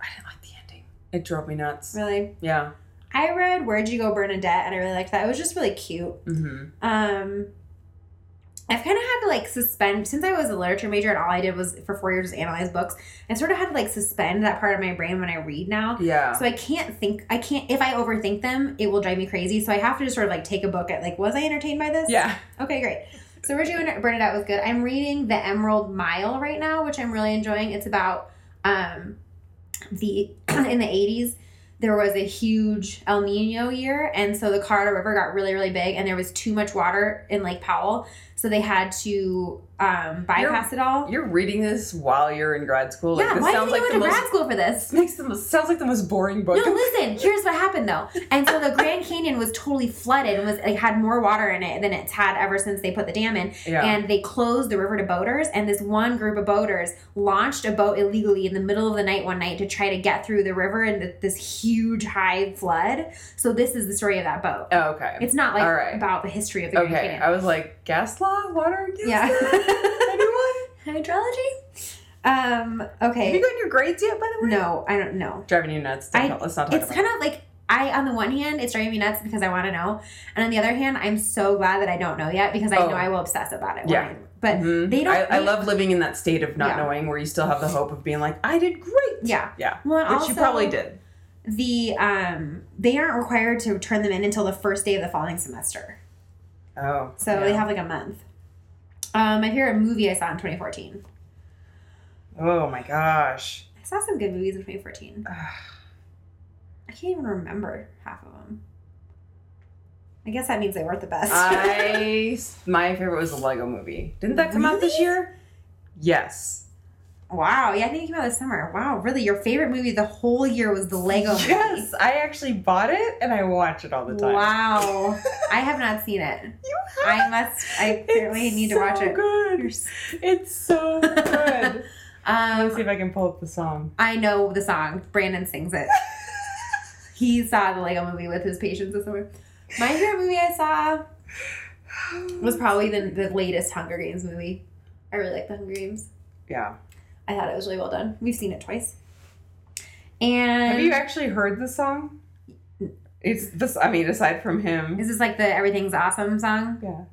[SPEAKER 1] I didn't like the ending. It drove me nuts.
[SPEAKER 2] really.
[SPEAKER 1] Yeah.
[SPEAKER 2] I read Where'd You Go Bernadette and I really liked that. It was just really cute.
[SPEAKER 1] Mm-hmm.
[SPEAKER 2] Um, I've kind of had to like suspend since I was a literature major and all I did was for four years was analyze books. I sort of had to like suspend that part of my brain when I read now
[SPEAKER 1] Yeah.
[SPEAKER 2] So I can't think. I can't. If I overthink them, it will drive me crazy. So I have to just sort of like take a book at like, was I entertained by this?
[SPEAKER 1] yeah.
[SPEAKER 2] Okay, great. So we're doing it. Bernadette was good. I'm reading The Emerald Mile right now, which I'm really enjoying. It's about um the in the 80s there was a huge El Nino year, and so the Colorado River got really really big, and there was too much water in Lake Powell, so they had to um, bypass it all.
[SPEAKER 1] You're reading this while you're in grad school. Like,
[SPEAKER 2] yeah,
[SPEAKER 1] this
[SPEAKER 2] why did
[SPEAKER 1] sounds
[SPEAKER 2] you
[SPEAKER 1] like
[SPEAKER 2] go
[SPEAKER 1] the
[SPEAKER 2] to
[SPEAKER 1] most.
[SPEAKER 2] grad school for this?
[SPEAKER 1] This makes the most, sounds like the most boring book.
[SPEAKER 2] No, listen. Here's what happened though. And so the Grand Canyon was totally flooded and was like had more water in it than it's had ever since they put the dam in.
[SPEAKER 1] yeah.
[SPEAKER 2] And they closed the river to boaters. And this one group of boaters launched a boat illegally in the middle of the night one night to try to get through the river in th- this huge high flood. So this is the story of that boat.
[SPEAKER 1] oh, okay.
[SPEAKER 2] It's not like
[SPEAKER 1] All right.
[SPEAKER 2] about the history of the Grand
[SPEAKER 1] okay.
[SPEAKER 2] Canyon.
[SPEAKER 1] I was like, gas law, water, gas
[SPEAKER 2] Yeah.
[SPEAKER 1] law? Anyone?
[SPEAKER 2] Hydrology. Um.
[SPEAKER 1] Have you
[SPEAKER 2] Okay.
[SPEAKER 1] gotten your grades yet? By the way.
[SPEAKER 2] No, I don't know.
[SPEAKER 1] Driving you nuts. Don't
[SPEAKER 2] I-
[SPEAKER 1] talk- let's not talk
[SPEAKER 2] it's
[SPEAKER 1] about.
[SPEAKER 2] kind of like I, on the one hand, it's driving me nuts because I want to know, and on the other hand, I'm so glad that I don't know yet because I
[SPEAKER 1] Oh.
[SPEAKER 2] know I will obsess about it. when
[SPEAKER 1] Yeah.
[SPEAKER 2] I- but
[SPEAKER 1] it. Mhm.
[SPEAKER 2] they don't.
[SPEAKER 1] I, I
[SPEAKER 2] they-
[SPEAKER 1] love living in that state of not
[SPEAKER 2] Yeah.
[SPEAKER 1] knowing where you still have the hope of being like, I did great.
[SPEAKER 2] Yeah.
[SPEAKER 1] Yeah.
[SPEAKER 2] Well,
[SPEAKER 1] Which
[SPEAKER 2] and also,
[SPEAKER 1] you probably did.
[SPEAKER 2] The um, they aren't required to turn them in until the first day of the following semester,
[SPEAKER 1] Oh.
[SPEAKER 2] so
[SPEAKER 1] yeah.
[SPEAKER 2] they have like a month. Um, my favorite movie I saw in 2014.
[SPEAKER 1] Oh my gosh.
[SPEAKER 2] I saw some good movies in 2014.
[SPEAKER 1] Ugh.
[SPEAKER 2] I can't even remember half of them. I guess that means they weren't the best.
[SPEAKER 1] I my favorite was the Lego Movie. Didn't that come out this
[SPEAKER 2] Really?
[SPEAKER 1] year? Yes.
[SPEAKER 2] Wow, yeah, I think it came out this summer. Wow, really, your favorite movie the whole year was the Lego movie.
[SPEAKER 1] Yes, I actually bought it and I watch it all the time.
[SPEAKER 2] Wow, I have not seen it.
[SPEAKER 1] You
[SPEAKER 2] I must. I apparently
[SPEAKER 1] It's
[SPEAKER 2] need to
[SPEAKER 1] so
[SPEAKER 2] watch it.
[SPEAKER 1] Good.
[SPEAKER 2] You're s-
[SPEAKER 1] It's so good. Let's see
[SPEAKER 2] Um,
[SPEAKER 1] if I can pull up the song.
[SPEAKER 2] I know the song. Brandon sings it. he saw the Lego movie with his patients this summer. My favorite movie I saw was probably the, the latest Hunger Games movie. I really like the Hunger Games.
[SPEAKER 1] yeah.
[SPEAKER 2] I thought it was really well done. We've seen it twice. And
[SPEAKER 1] Have you actually heard the song? It's this. I mean, aside from him,
[SPEAKER 2] is this like the Everything's Awesome song?
[SPEAKER 1] yeah,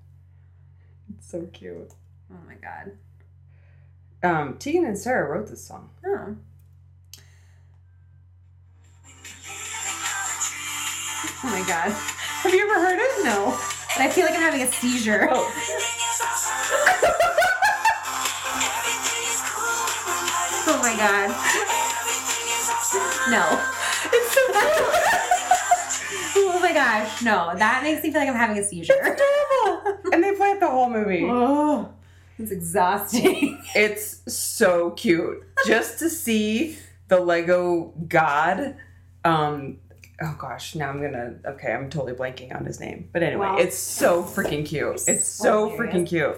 [SPEAKER 1] it's so cute.
[SPEAKER 2] Oh my god.
[SPEAKER 1] Um, Tegan and Sarah wrote this song.
[SPEAKER 2] Oh. Oh my god.
[SPEAKER 1] Have you ever heard it?
[SPEAKER 2] No. But I feel like I'm having a seizure.
[SPEAKER 1] Oh,
[SPEAKER 2] Oh my god. No.
[SPEAKER 1] it's so
[SPEAKER 2] Oh my gosh. No. That makes me feel like I'm having a seizure.
[SPEAKER 1] adorable. and they play it the whole movie.
[SPEAKER 2] Oh. It's exhausting.
[SPEAKER 1] It's so cute. Just to see the Lego god. Um oh gosh, now I'm gonna okay, I'm totally blanking on his name. But anyway,
[SPEAKER 2] Wow.
[SPEAKER 1] it's so freaking cute. It's so freaking cute.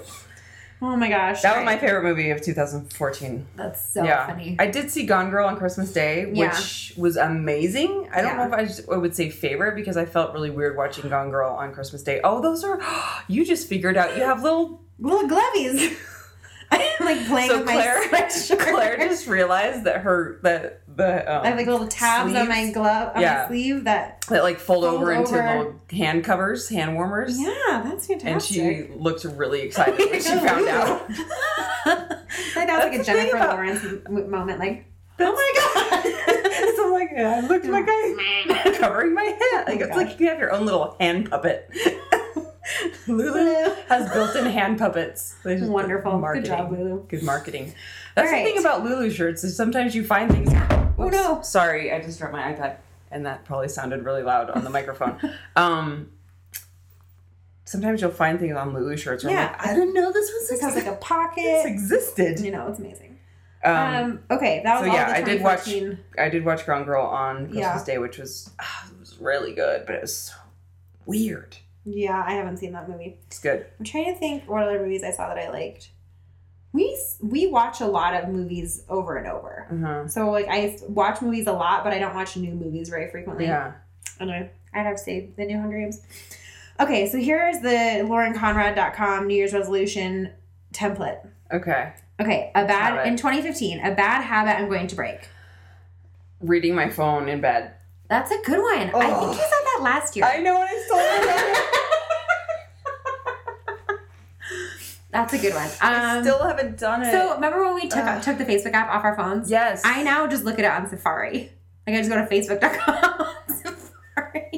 [SPEAKER 2] Oh my gosh.
[SPEAKER 1] That was my favorite movie of 2014.
[SPEAKER 2] That's so
[SPEAKER 1] yeah.
[SPEAKER 2] funny.
[SPEAKER 1] I did see Gone Girl on Christmas Day,
[SPEAKER 2] Yeah.
[SPEAKER 1] which was amazing. I don't
[SPEAKER 2] Yeah.
[SPEAKER 1] know if I, just- I would say favorite because I felt really weird watching Gone Girl on Christmas Day. Oh, those are you just figured out you have little
[SPEAKER 2] Little glovies. I'm like playing
[SPEAKER 1] So
[SPEAKER 2] with
[SPEAKER 1] Claire,
[SPEAKER 2] my sweatshirt.
[SPEAKER 1] Claire just realized that her that the um,
[SPEAKER 2] I have like little tabs on my
[SPEAKER 1] sleeves
[SPEAKER 2] glove on
[SPEAKER 1] Yeah.
[SPEAKER 2] my sleeve that
[SPEAKER 1] that like fold,
[SPEAKER 2] fold
[SPEAKER 1] over, into
[SPEAKER 2] over.
[SPEAKER 1] little hand covers, hand warmers.
[SPEAKER 2] Yeah, that's
[SPEAKER 1] And
[SPEAKER 2] fantastic.
[SPEAKER 1] she looked really excited when she found out.
[SPEAKER 2] like that was like a
[SPEAKER 1] That's the thing
[SPEAKER 2] Jennifer
[SPEAKER 1] about-
[SPEAKER 2] Lawrence m- moment. Like,
[SPEAKER 1] oh my god! so like, I looked like I covering my hand. Like,
[SPEAKER 2] my
[SPEAKER 1] it's like you have your own little hand puppet. Lulu has built-in hand puppets. They just-
[SPEAKER 2] wonderful. Good
[SPEAKER 1] marketing.
[SPEAKER 2] job, Lulu.
[SPEAKER 1] Good marketing. That's
[SPEAKER 2] Alright. Oh,
[SPEAKER 1] the thing about Lulu shirts is sometimes you find things. Oops,
[SPEAKER 2] no.
[SPEAKER 1] Sorry, I just dropped my iPad, and that probably sounded really loud on the microphone. Um, sometimes you'll find things on Lulu shirts. Where
[SPEAKER 2] Yeah.
[SPEAKER 1] I'm like, I didn't know this was
[SPEAKER 2] This has like a
[SPEAKER 1] this
[SPEAKER 2] pocket.
[SPEAKER 1] existed.
[SPEAKER 2] You know, it's amazing.
[SPEAKER 1] Um,
[SPEAKER 2] Um, okay, that was
[SPEAKER 1] so
[SPEAKER 2] all
[SPEAKER 1] yeah,
[SPEAKER 2] the
[SPEAKER 1] I did watch-
[SPEAKER 2] 2014.
[SPEAKER 1] I did watch Grown Girl on Christmas
[SPEAKER 2] Yeah.
[SPEAKER 1] Day, which was ah, it was really good, but it was so weird.
[SPEAKER 2] Yeah, I haven't seen that movie.
[SPEAKER 1] It's good.
[SPEAKER 2] I'm trying to think what other movies I saw that I liked. We s- we watch a lot of movies over and over.
[SPEAKER 1] Uh-huh.
[SPEAKER 2] So like I s- watch movies a lot, but I don't watch new movies very frequently.
[SPEAKER 1] Yeah.
[SPEAKER 2] And I, I'd have saved the new Hunger Games. Okay, so here's the LaurenConrad.com New Year's resolution template.
[SPEAKER 1] Okay.
[SPEAKER 2] Okay, a bad
[SPEAKER 1] Habit.
[SPEAKER 2] in 2015, a bad habit I'm going to break.
[SPEAKER 1] Reading my phone in bed.
[SPEAKER 2] That's a good one. I think
[SPEAKER 1] Ugh.
[SPEAKER 2] you said that last year.
[SPEAKER 1] I know what I stole.
[SPEAKER 2] That's a good one. Um,
[SPEAKER 1] I still haven't done it.
[SPEAKER 2] so remember when we took
[SPEAKER 1] Ugh.
[SPEAKER 2] took the Facebook app off our phones?
[SPEAKER 1] yes,
[SPEAKER 2] I now just look at it on Safari. Like I just go to Facebook.com. Safari.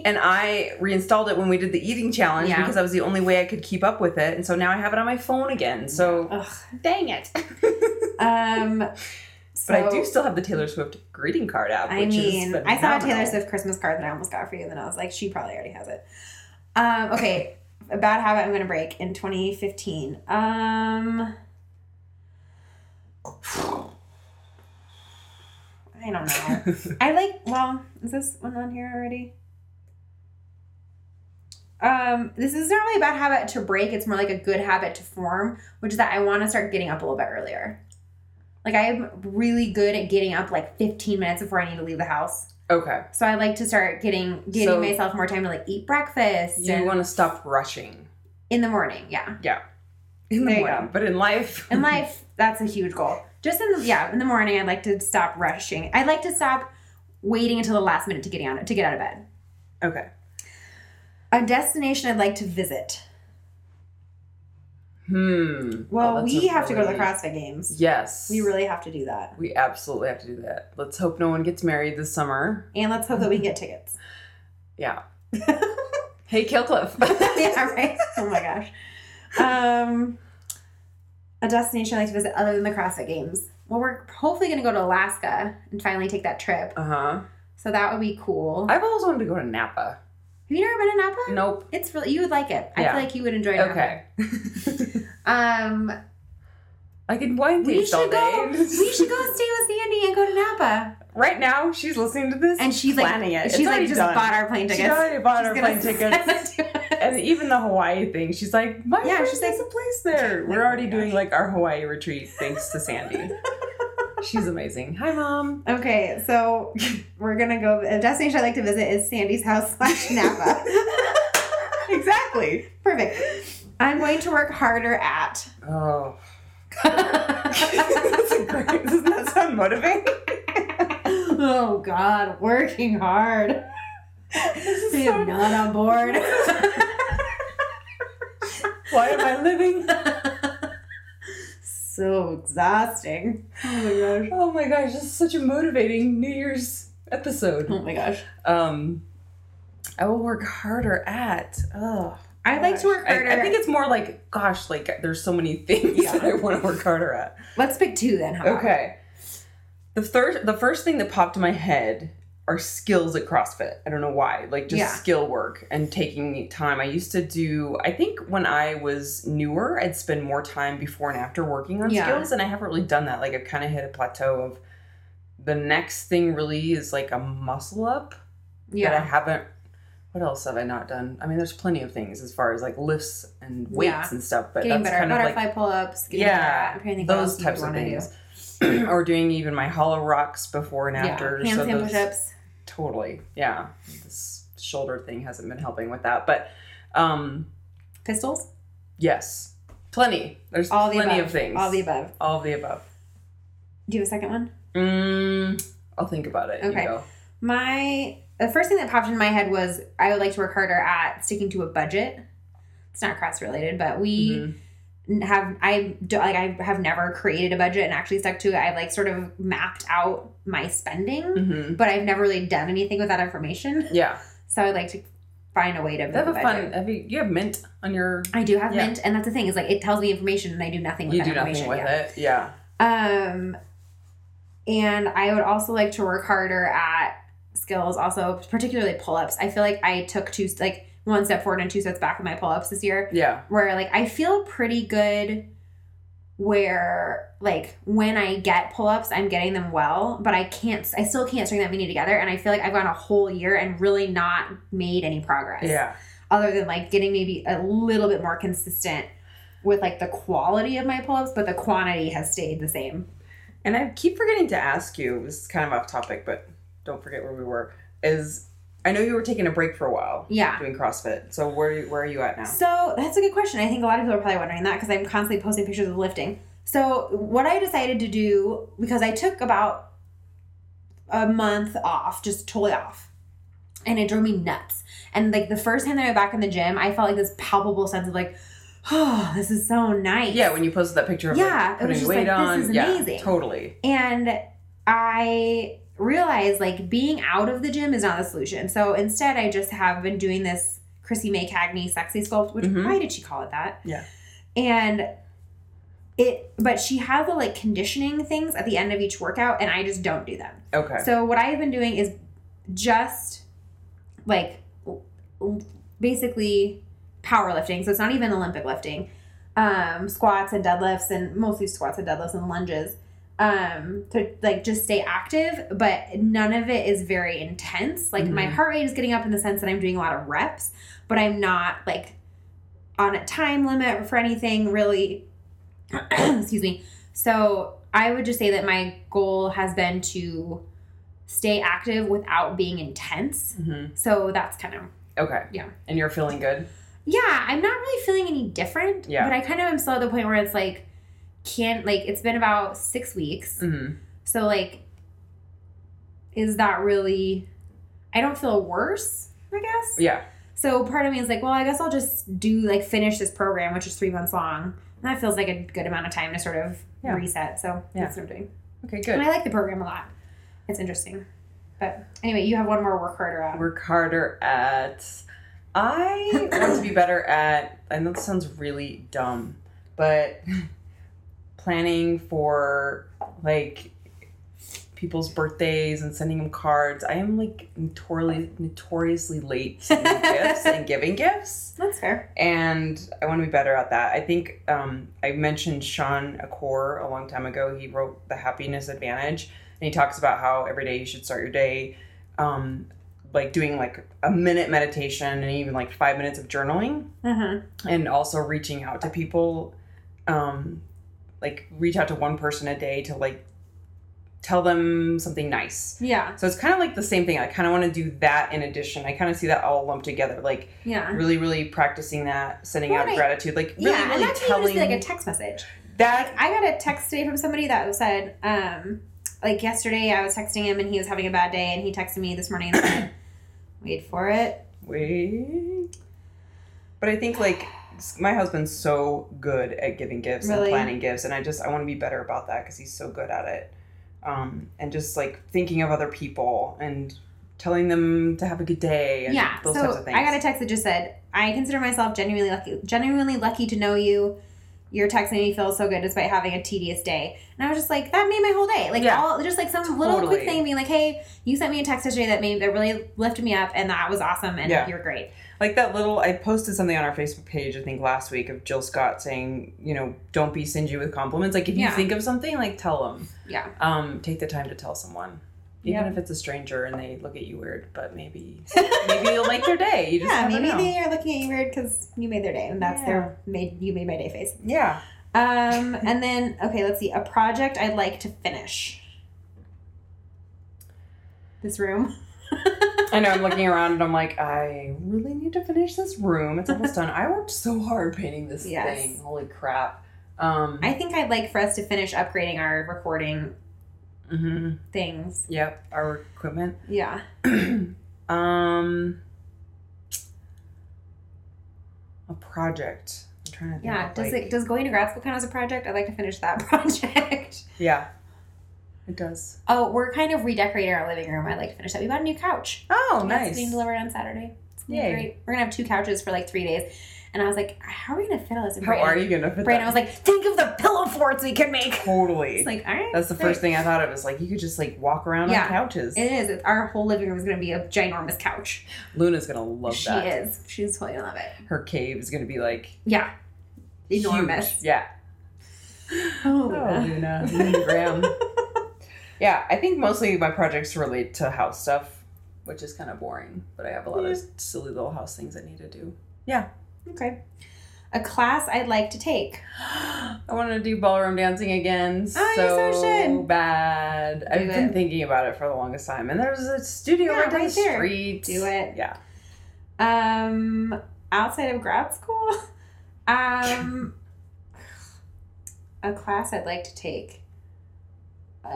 [SPEAKER 1] And I reinstalled it when we did the eating challenge
[SPEAKER 2] Yeah.
[SPEAKER 1] because that was the only way I could keep up with it, and so now I have it on my phone again. So,
[SPEAKER 2] Ugh, dang it. um, so,
[SPEAKER 1] but I do still have the Taylor Swift greeting card app.
[SPEAKER 2] I
[SPEAKER 1] which
[SPEAKER 2] mean,
[SPEAKER 1] is
[SPEAKER 2] I saw a Taylor
[SPEAKER 1] phenomenal.
[SPEAKER 2] Swift Christmas card that I almost got for you, and then I was like, she probably already has it. Um, okay, a bad habit I'm gonna break in 2015. Um, I don't know. I like. Well, is this one on here already? Um, this is not really a bad habit to break. It's more like a good habit to form, which is that I want to start getting up a little bit earlier. Like I'm really good at getting up like 15 minutes before I need to leave the house.
[SPEAKER 1] Okay,
[SPEAKER 2] So I like to start getting getting
[SPEAKER 1] So-
[SPEAKER 2] myself more time to like eat breakfast
[SPEAKER 1] you
[SPEAKER 2] and
[SPEAKER 1] want to stop rushing
[SPEAKER 2] in the morning. Yeah.
[SPEAKER 1] in the
[SPEAKER 2] There you
[SPEAKER 1] morning, but in life,
[SPEAKER 2] In life, that's a huge goal. Just in the yeah, in the morning I'd like to stop rushing. I'd like to stop waiting until the last minute to get out to get out of bed.
[SPEAKER 1] okay,
[SPEAKER 2] A destination I'd like to visit.
[SPEAKER 1] hmm.
[SPEAKER 2] Well,
[SPEAKER 1] Oh, that's
[SPEAKER 2] we
[SPEAKER 1] a
[SPEAKER 2] have to go to the
[SPEAKER 1] really-
[SPEAKER 2] CrossFit Games.
[SPEAKER 1] Yes,
[SPEAKER 2] We really have to do that.
[SPEAKER 1] we absolutely have to do that. Let's hope no one gets married this summer.
[SPEAKER 2] And let's hope that we
[SPEAKER 1] Mm-hmm.
[SPEAKER 2] can get tickets.
[SPEAKER 1] Yeah. hey, Killcliff.
[SPEAKER 2] yeah, right. Oh my gosh. Um, a destination I like to visit other than the CrossFit Games. Well, we're hopefully going to go to Alaska and finally take that trip.
[SPEAKER 1] Uh huh.
[SPEAKER 2] So that would be cool.
[SPEAKER 1] I've always wanted to go to Napa.
[SPEAKER 2] Have you never been to Napa?
[SPEAKER 1] Nope.
[SPEAKER 2] It's really you would like it. I
[SPEAKER 1] Yeah.
[SPEAKER 2] feel like you would enjoy Napa.
[SPEAKER 1] Okay.
[SPEAKER 2] Um,
[SPEAKER 1] I can wine
[SPEAKER 2] we
[SPEAKER 1] taste all
[SPEAKER 2] should go.
[SPEAKER 1] day.
[SPEAKER 2] we should go stay with Sandy and go to Napa.
[SPEAKER 1] right now she's listening to this
[SPEAKER 2] And she's like,
[SPEAKER 1] planning it. It's
[SPEAKER 2] she's
[SPEAKER 1] already
[SPEAKER 2] like, just
[SPEAKER 1] done.
[SPEAKER 2] bought our plane tickets.
[SPEAKER 1] She already bought
[SPEAKER 2] She's
[SPEAKER 1] our
[SPEAKER 2] gonna
[SPEAKER 1] plane tickets.
[SPEAKER 2] send it to us.
[SPEAKER 1] And even the Hawaii thing, she's like, my
[SPEAKER 2] Yeah,
[SPEAKER 1] yeah,
[SPEAKER 2] she's
[SPEAKER 1] she's has a place there. We're
[SPEAKER 2] Oh my
[SPEAKER 1] already
[SPEAKER 2] gosh.
[SPEAKER 1] doing like our Hawaii retreat thanks to Sandy. she's amazing. Hi, mom.
[SPEAKER 2] Okay, so we're gonna go. A destination I'd like to visit is Sandy's house slash Napa.
[SPEAKER 1] Exactly.
[SPEAKER 2] Perfect. I'm going to work harder at.
[SPEAKER 1] Oh, That's a great- doesn't that sound motivating?
[SPEAKER 2] oh God, working hard.
[SPEAKER 1] This is so,
[SPEAKER 2] I'm not on board.
[SPEAKER 1] why am I living?
[SPEAKER 2] so exhausting. Oh my gosh.
[SPEAKER 1] Oh my gosh, this is such a motivating New Year's episode.
[SPEAKER 2] Oh my gosh.
[SPEAKER 1] Um, I will work harder at. Oh.
[SPEAKER 2] I'd like to work
[SPEAKER 1] I-
[SPEAKER 2] harder.
[SPEAKER 1] I, think it's more like, gosh, like there's so many things
[SPEAKER 2] Yeah.
[SPEAKER 1] that I want to work harder at.
[SPEAKER 2] Let's pick two then. How about?
[SPEAKER 1] Okay. The third, the first thing that popped in my head are skills at CrossFit. I don't know why, like just
[SPEAKER 2] Yeah.
[SPEAKER 1] skill work and taking time. I used to do. I think when I was newer, I'd spend more time before and after working on
[SPEAKER 2] Yeah.
[SPEAKER 1] skills, and I haven't really done that. Like I've kind of hit a plateau of the next thing really is like a muscle up yeah. that I
[SPEAKER 2] Yeah.
[SPEAKER 1] haven't. What else have I not done? I mean, there's plenty of things as far as like lifts and weights
[SPEAKER 2] Yeah.
[SPEAKER 1] and stuff, but
[SPEAKER 2] Getting
[SPEAKER 1] that's
[SPEAKER 2] better.
[SPEAKER 1] kind of
[SPEAKER 2] Butterfly
[SPEAKER 1] like
[SPEAKER 2] pull ups.
[SPEAKER 1] yeah,
[SPEAKER 2] I'm trying to think what
[SPEAKER 1] those
[SPEAKER 2] else you'd
[SPEAKER 1] types of
[SPEAKER 2] wanna do.
[SPEAKER 1] things, or doing even my hollow rocks before and after.
[SPEAKER 2] Yeah. Handstand
[SPEAKER 1] those-
[SPEAKER 2] push ups.
[SPEAKER 1] Totally, yeah. This shoulder thing hasn't been helping with that, but um,
[SPEAKER 2] Pistols.
[SPEAKER 1] yes, plenty. There's
[SPEAKER 2] All the
[SPEAKER 1] plenty
[SPEAKER 2] above.
[SPEAKER 1] of things.
[SPEAKER 2] All the above.
[SPEAKER 1] All of the above.
[SPEAKER 2] Do you have a second one?
[SPEAKER 1] Mm, I'll think about it. You
[SPEAKER 2] Okay.
[SPEAKER 1] go.
[SPEAKER 2] My the first thing that popped into my head was I would like to work harder at sticking to a budget. It's not cross related, but we
[SPEAKER 1] Mhm.
[SPEAKER 2] n- have I do, like I have never created a budget and actually stuck to it. I've like sort of mapped out my spending,
[SPEAKER 1] Mhm.
[SPEAKER 2] but I've never really done anything with that information.
[SPEAKER 1] Yeah.
[SPEAKER 2] So I'd like to find a way to
[SPEAKER 1] They have a
[SPEAKER 2] make a budget.
[SPEAKER 1] fun. Have you, you have mint on your.
[SPEAKER 2] I do have
[SPEAKER 1] Yeah.
[SPEAKER 2] Mint, and that's the thing is like it tells me information, and I do nothing with
[SPEAKER 1] You
[SPEAKER 2] that
[SPEAKER 1] do nothing
[SPEAKER 2] information.
[SPEAKER 1] with
[SPEAKER 2] yeah.
[SPEAKER 1] it. Yeah.
[SPEAKER 2] Um, and I would also like to work harder at skills, also particularly pull ups. I feel like I took two like one step forward and two steps back with my pull ups this year,
[SPEAKER 1] Yeah.
[SPEAKER 2] where like I feel pretty good. Where like when I get pull ups, I'm getting them well, but I can't. I still can't string that many together, and I feel like I've gone a whole year and really not made any progress
[SPEAKER 1] Yeah.
[SPEAKER 2] other than like getting maybe a little bit more consistent with like the quality of my pull-ups but the quantity has stayed the same
[SPEAKER 1] And I keep forgetting to ask you. This is kind of off topic, but don't forget where we were. Is I know you were taking a break for a while
[SPEAKER 2] yeah
[SPEAKER 1] doing CrossFit. So where are you, where are you at now?
[SPEAKER 2] so that's a good question i think a lot of people are probably wondering that because i'm constantly posting pictures of lifting so what i decided to do because i took about a month off just totally off and it drove me nuts and like the first time that i was back in the gym i felt like this palpable sense of like oh this is so nice
[SPEAKER 1] Yeah, when you posted that picture of
[SPEAKER 2] Yeah,
[SPEAKER 1] yeah,
[SPEAKER 2] it
[SPEAKER 1] putting
[SPEAKER 2] was just
[SPEAKER 1] weight
[SPEAKER 2] like, this
[SPEAKER 1] on.
[SPEAKER 2] is
[SPEAKER 1] yeah,
[SPEAKER 2] amazing.
[SPEAKER 1] totally.
[SPEAKER 2] And I realized like being out of the gym is not the solution. So instead, I just have been doing this Chrissy May Cagney sexy sculpt, which
[SPEAKER 1] Mhm.
[SPEAKER 2] why did she call it that?
[SPEAKER 1] Yeah.
[SPEAKER 2] And it, but she has the like conditioning things at the end of each workout, and I just don't do them.
[SPEAKER 1] Okay.
[SPEAKER 2] So what I have been doing is just like l- l- basically powerlifting. So it's not even Olympic lifting. Um, squats and deadlifts and mostly squats and deadlifts and lunges. Um, to like just stay active, but none of it is very intense. Like my
[SPEAKER 1] Mhm.
[SPEAKER 2] heart rate is getting up in the sense that I'm doing a lot of reps, but I'm not like on a time limit for anything really. Excuse me. So I would just say that my goal has been to stay active without being intense.
[SPEAKER 1] hmm
[SPEAKER 2] So that's kind of
[SPEAKER 1] Okay.
[SPEAKER 2] Yeah.
[SPEAKER 1] And you're feeling good.
[SPEAKER 2] yeah. I'm not really feeling any different.
[SPEAKER 1] Yeah.
[SPEAKER 2] But I kind of am still at the point where it's like can't like it's been about six weeks.
[SPEAKER 1] hmm
[SPEAKER 2] So like, is that really? I don't feel worse. I guess.
[SPEAKER 1] Yeah.
[SPEAKER 2] So part of me is like, well, I guess I'll just do like finish this program, which is three months long. And that feels like a good amount of time to sort of
[SPEAKER 1] Yeah.
[SPEAKER 2] reset. So
[SPEAKER 1] Yeah.
[SPEAKER 2] that's what I'm doing.
[SPEAKER 1] Okay.
[SPEAKER 2] And
[SPEAKER 1] Good.
[SPEAKER 2] I like the program a lot. It's interesting. But anyway, you have one more work harder at.
[SPEAKER 1] Work harder at. I want to be better at. I know this sounds really dumb, but planning for like people's birthdays and sending them cards. I am like notoriously notoriously late sending gifts and giving gifts.
[SPEAKER 2] That's fair.
[SPEAKER 1] and I want to be better at that. I think um, I mentioned Sean Accor a long time ago. He wrote The Happiness Advantage, and he talks about how every day you should start your day, um, like doing like a minute meditation and even like five minutes of journaling
[SPEAKER 2] Mm-hmm.
[SPEAKER 1] and also reaching out to people um like reach out to one person a day to like tell them something nice
[SPEAKER 2] Yeah.
[SPEAKER 1] so it's kind of like the same thing i kind of want to do that in addition i kind of see that all lumped together like
[SPEAKER 2] Yeah.
[SPEAKER 1] really really practicing that sending out
[SPEAKER 2] Right.
[SPEAKER 1] gratitude like really
[SPEAKER 2] yeah, and
[SPEAKER 1] really
[SPEAKER 2] that can even just
[SPEAKER 1] telling
[SPEAKER 2] be like a text message.
[SPEAKER 1] that
[SPEAKER 2] I got a text today from somebody that said, um, like yesterday I was texting him and he was having a bad day and he texted me this morning and said, wait for it.
[SPEAKER 1] wait but i think like s- my husband's so good at giving gifts and
[SPEAKER 2] Really?
[SPEAKER 1] planning gifts and i just i want to be better about that because he's so good at it um, and just like thinking of other people and telling them to have a good day and
[SPEAKER 2] yeah.
[SPEAKER 1] those
[SPEAKER 2] so
[SPEAKER 1] types of things
[SPEAKER 2] I got a text that just said, I consider myself genuinely lucky, genuinely lucky to know you. Your text made me feel so good despite having a tedious day. And I was just like, that made my whole day. Like
[SPEAKER 1] Yeah.
[SPEAKER 2] all just like some little quick
[SPEAKER 1] Totally.
[SPEAKER 2] thing being like, hey, you sent me a text yesterday that made that really lifted me up and that was awesome and
[SPEAKER 1] Yeah.
[SPEAKER 2] you're great.
[SPEAKER 1] like that little i posted something on our facebook page i think last week of jill scott saying you know don't be stingy with compliments like if you
[SPEAKER 2] Yeah.
[SPEAKER 1] think of something like tell them
[SPEAKER 2] Yeah.
[SPEAKER 1] um, take the time to tell someone. Even
[SPEAKER 2] Yeah.
[SPEAKER 1] if it's a stranger and they look at you weird, but maybe maybe you'll make their day. You just
[SPEAKER 2] Yeah,
[SPEAKER 1] never
[SPEAKER 2] maybe
[SPEAKER 1] know.
[SPEAKER 2] they are looking at you weird because you made their day and that's their made you made my day face.
[SPEAKER 1] Yeah.
[SPEAKER 2] Um and then okay, let's see. A project I'd like to finish. This room.
[SPEAKER 1] I know I'm looking around and I'm like, I really need to finish this room. It's almost done. I worked so hard painting this
[SPEAKER 2] Yes.
[SPEAKER 1] thing. Holy crap. Um
[SPEAKER 2] I think I'd like for us to finish upgrading our recording
[SPEAKER 1] Mm-hmm.
[SPEAKER 2] things.
[SPEAKER 1] Yep. Our equipment.
[SPEAKER 2] Yeah.
[SPEAKER 1] um. A project. I'm trying to think.
[SPEAKER 2] Yeah.
[SPEAKER 1] of,
[SPEAKER 2] Does
[SPEAKER 1] like-
[SPEAKER 2] it does going to grad school count as a project? I'd like to finish that project.
[SPEAKER 1] Yeah. It does.
[SPEAKER 2] Oh, we're kind of redecorating our living room. I'd like to finish that. We bought a new couch.
[SPEAKER 1] Oh,
[SPEAKER 2] It's
[SPEAKER 1] nice.
[SPEAKER 2] being delivered on Saturday. It's gonna be
[SPEAKER 1] Yay.
[SPEAKER 2] great. We're gonna have two couches for like three days. And I was like, how are we gonna fit all this in
[SPEAKER 1] How are you gonna fit
[SPEAKER 2] Brandon
[SPEAKER 1] that?
[SPEAKER 2] was like, think of the pillow forts we could make.
[SPEAKER 1] totally.
[SPEAKER 2] It's like, all right.
[SPEAKER 1] That's the
[SPEAKER 2] great.
[SPEAKER 1] first thing I thought. It was like you could just like walk around
[SPEAKER 2] Yeah.
[SPEAKER 1] on couches.
[SPEAKER 2] It is. It's- Our whole living room is gonna be a ginormous couch.
[SPEAKER 1] Luna's gonna love
[SPEAKER 2] she
[SPEAKER 1] that.
[SPEAKER 2] is. She's totally gonna love it.
[SPEAKER 1] Her cave is gonna be like
[SPEAKER 2] Yeah.
[SPEAKER 1] huge.
[SPEAKER 2] Enormous.
[SPEAKER 1] Yeah.
[SPEAKER 2] Oh,
[SPEAKER 1] Oh,
[SPEAKER 2] yeah.
[SPEAKER 1] Luna, Luna Graham. yeah, I think mostly my projects relate to house stuff, which is kind of boring. But I have a lot of silly little house things I need to do.
[SPEAKER 2] Okay. A class I'd like to take.
[SPEAKER 1] I want to do ballroom dancing again
[SPEAKER 2] Oh, you
[SPEAKER 1] so,
[SPEAKER 2] so should.
[SPEAKER 1] bad. I've
[SPEAKER 2] Do
[SPEAKER 1] been
[SPEAKER 2] it.
[SPEAKER 1] thinking about it for the longest time, and there's a studio
[SPEAKER 2] Yeah,
[SPEAKER 1] right down
[SPEAKER 2] right
[SPEAKER 1] the
[SPEAKER 2] there.
[SPEAKER 1] street.
[SPEAKER 2] Do it.
[SPEAKER 1] Yeah.
[SPEAKER 2] Um, outside of grad school, um, a class I'd like to take. Uh,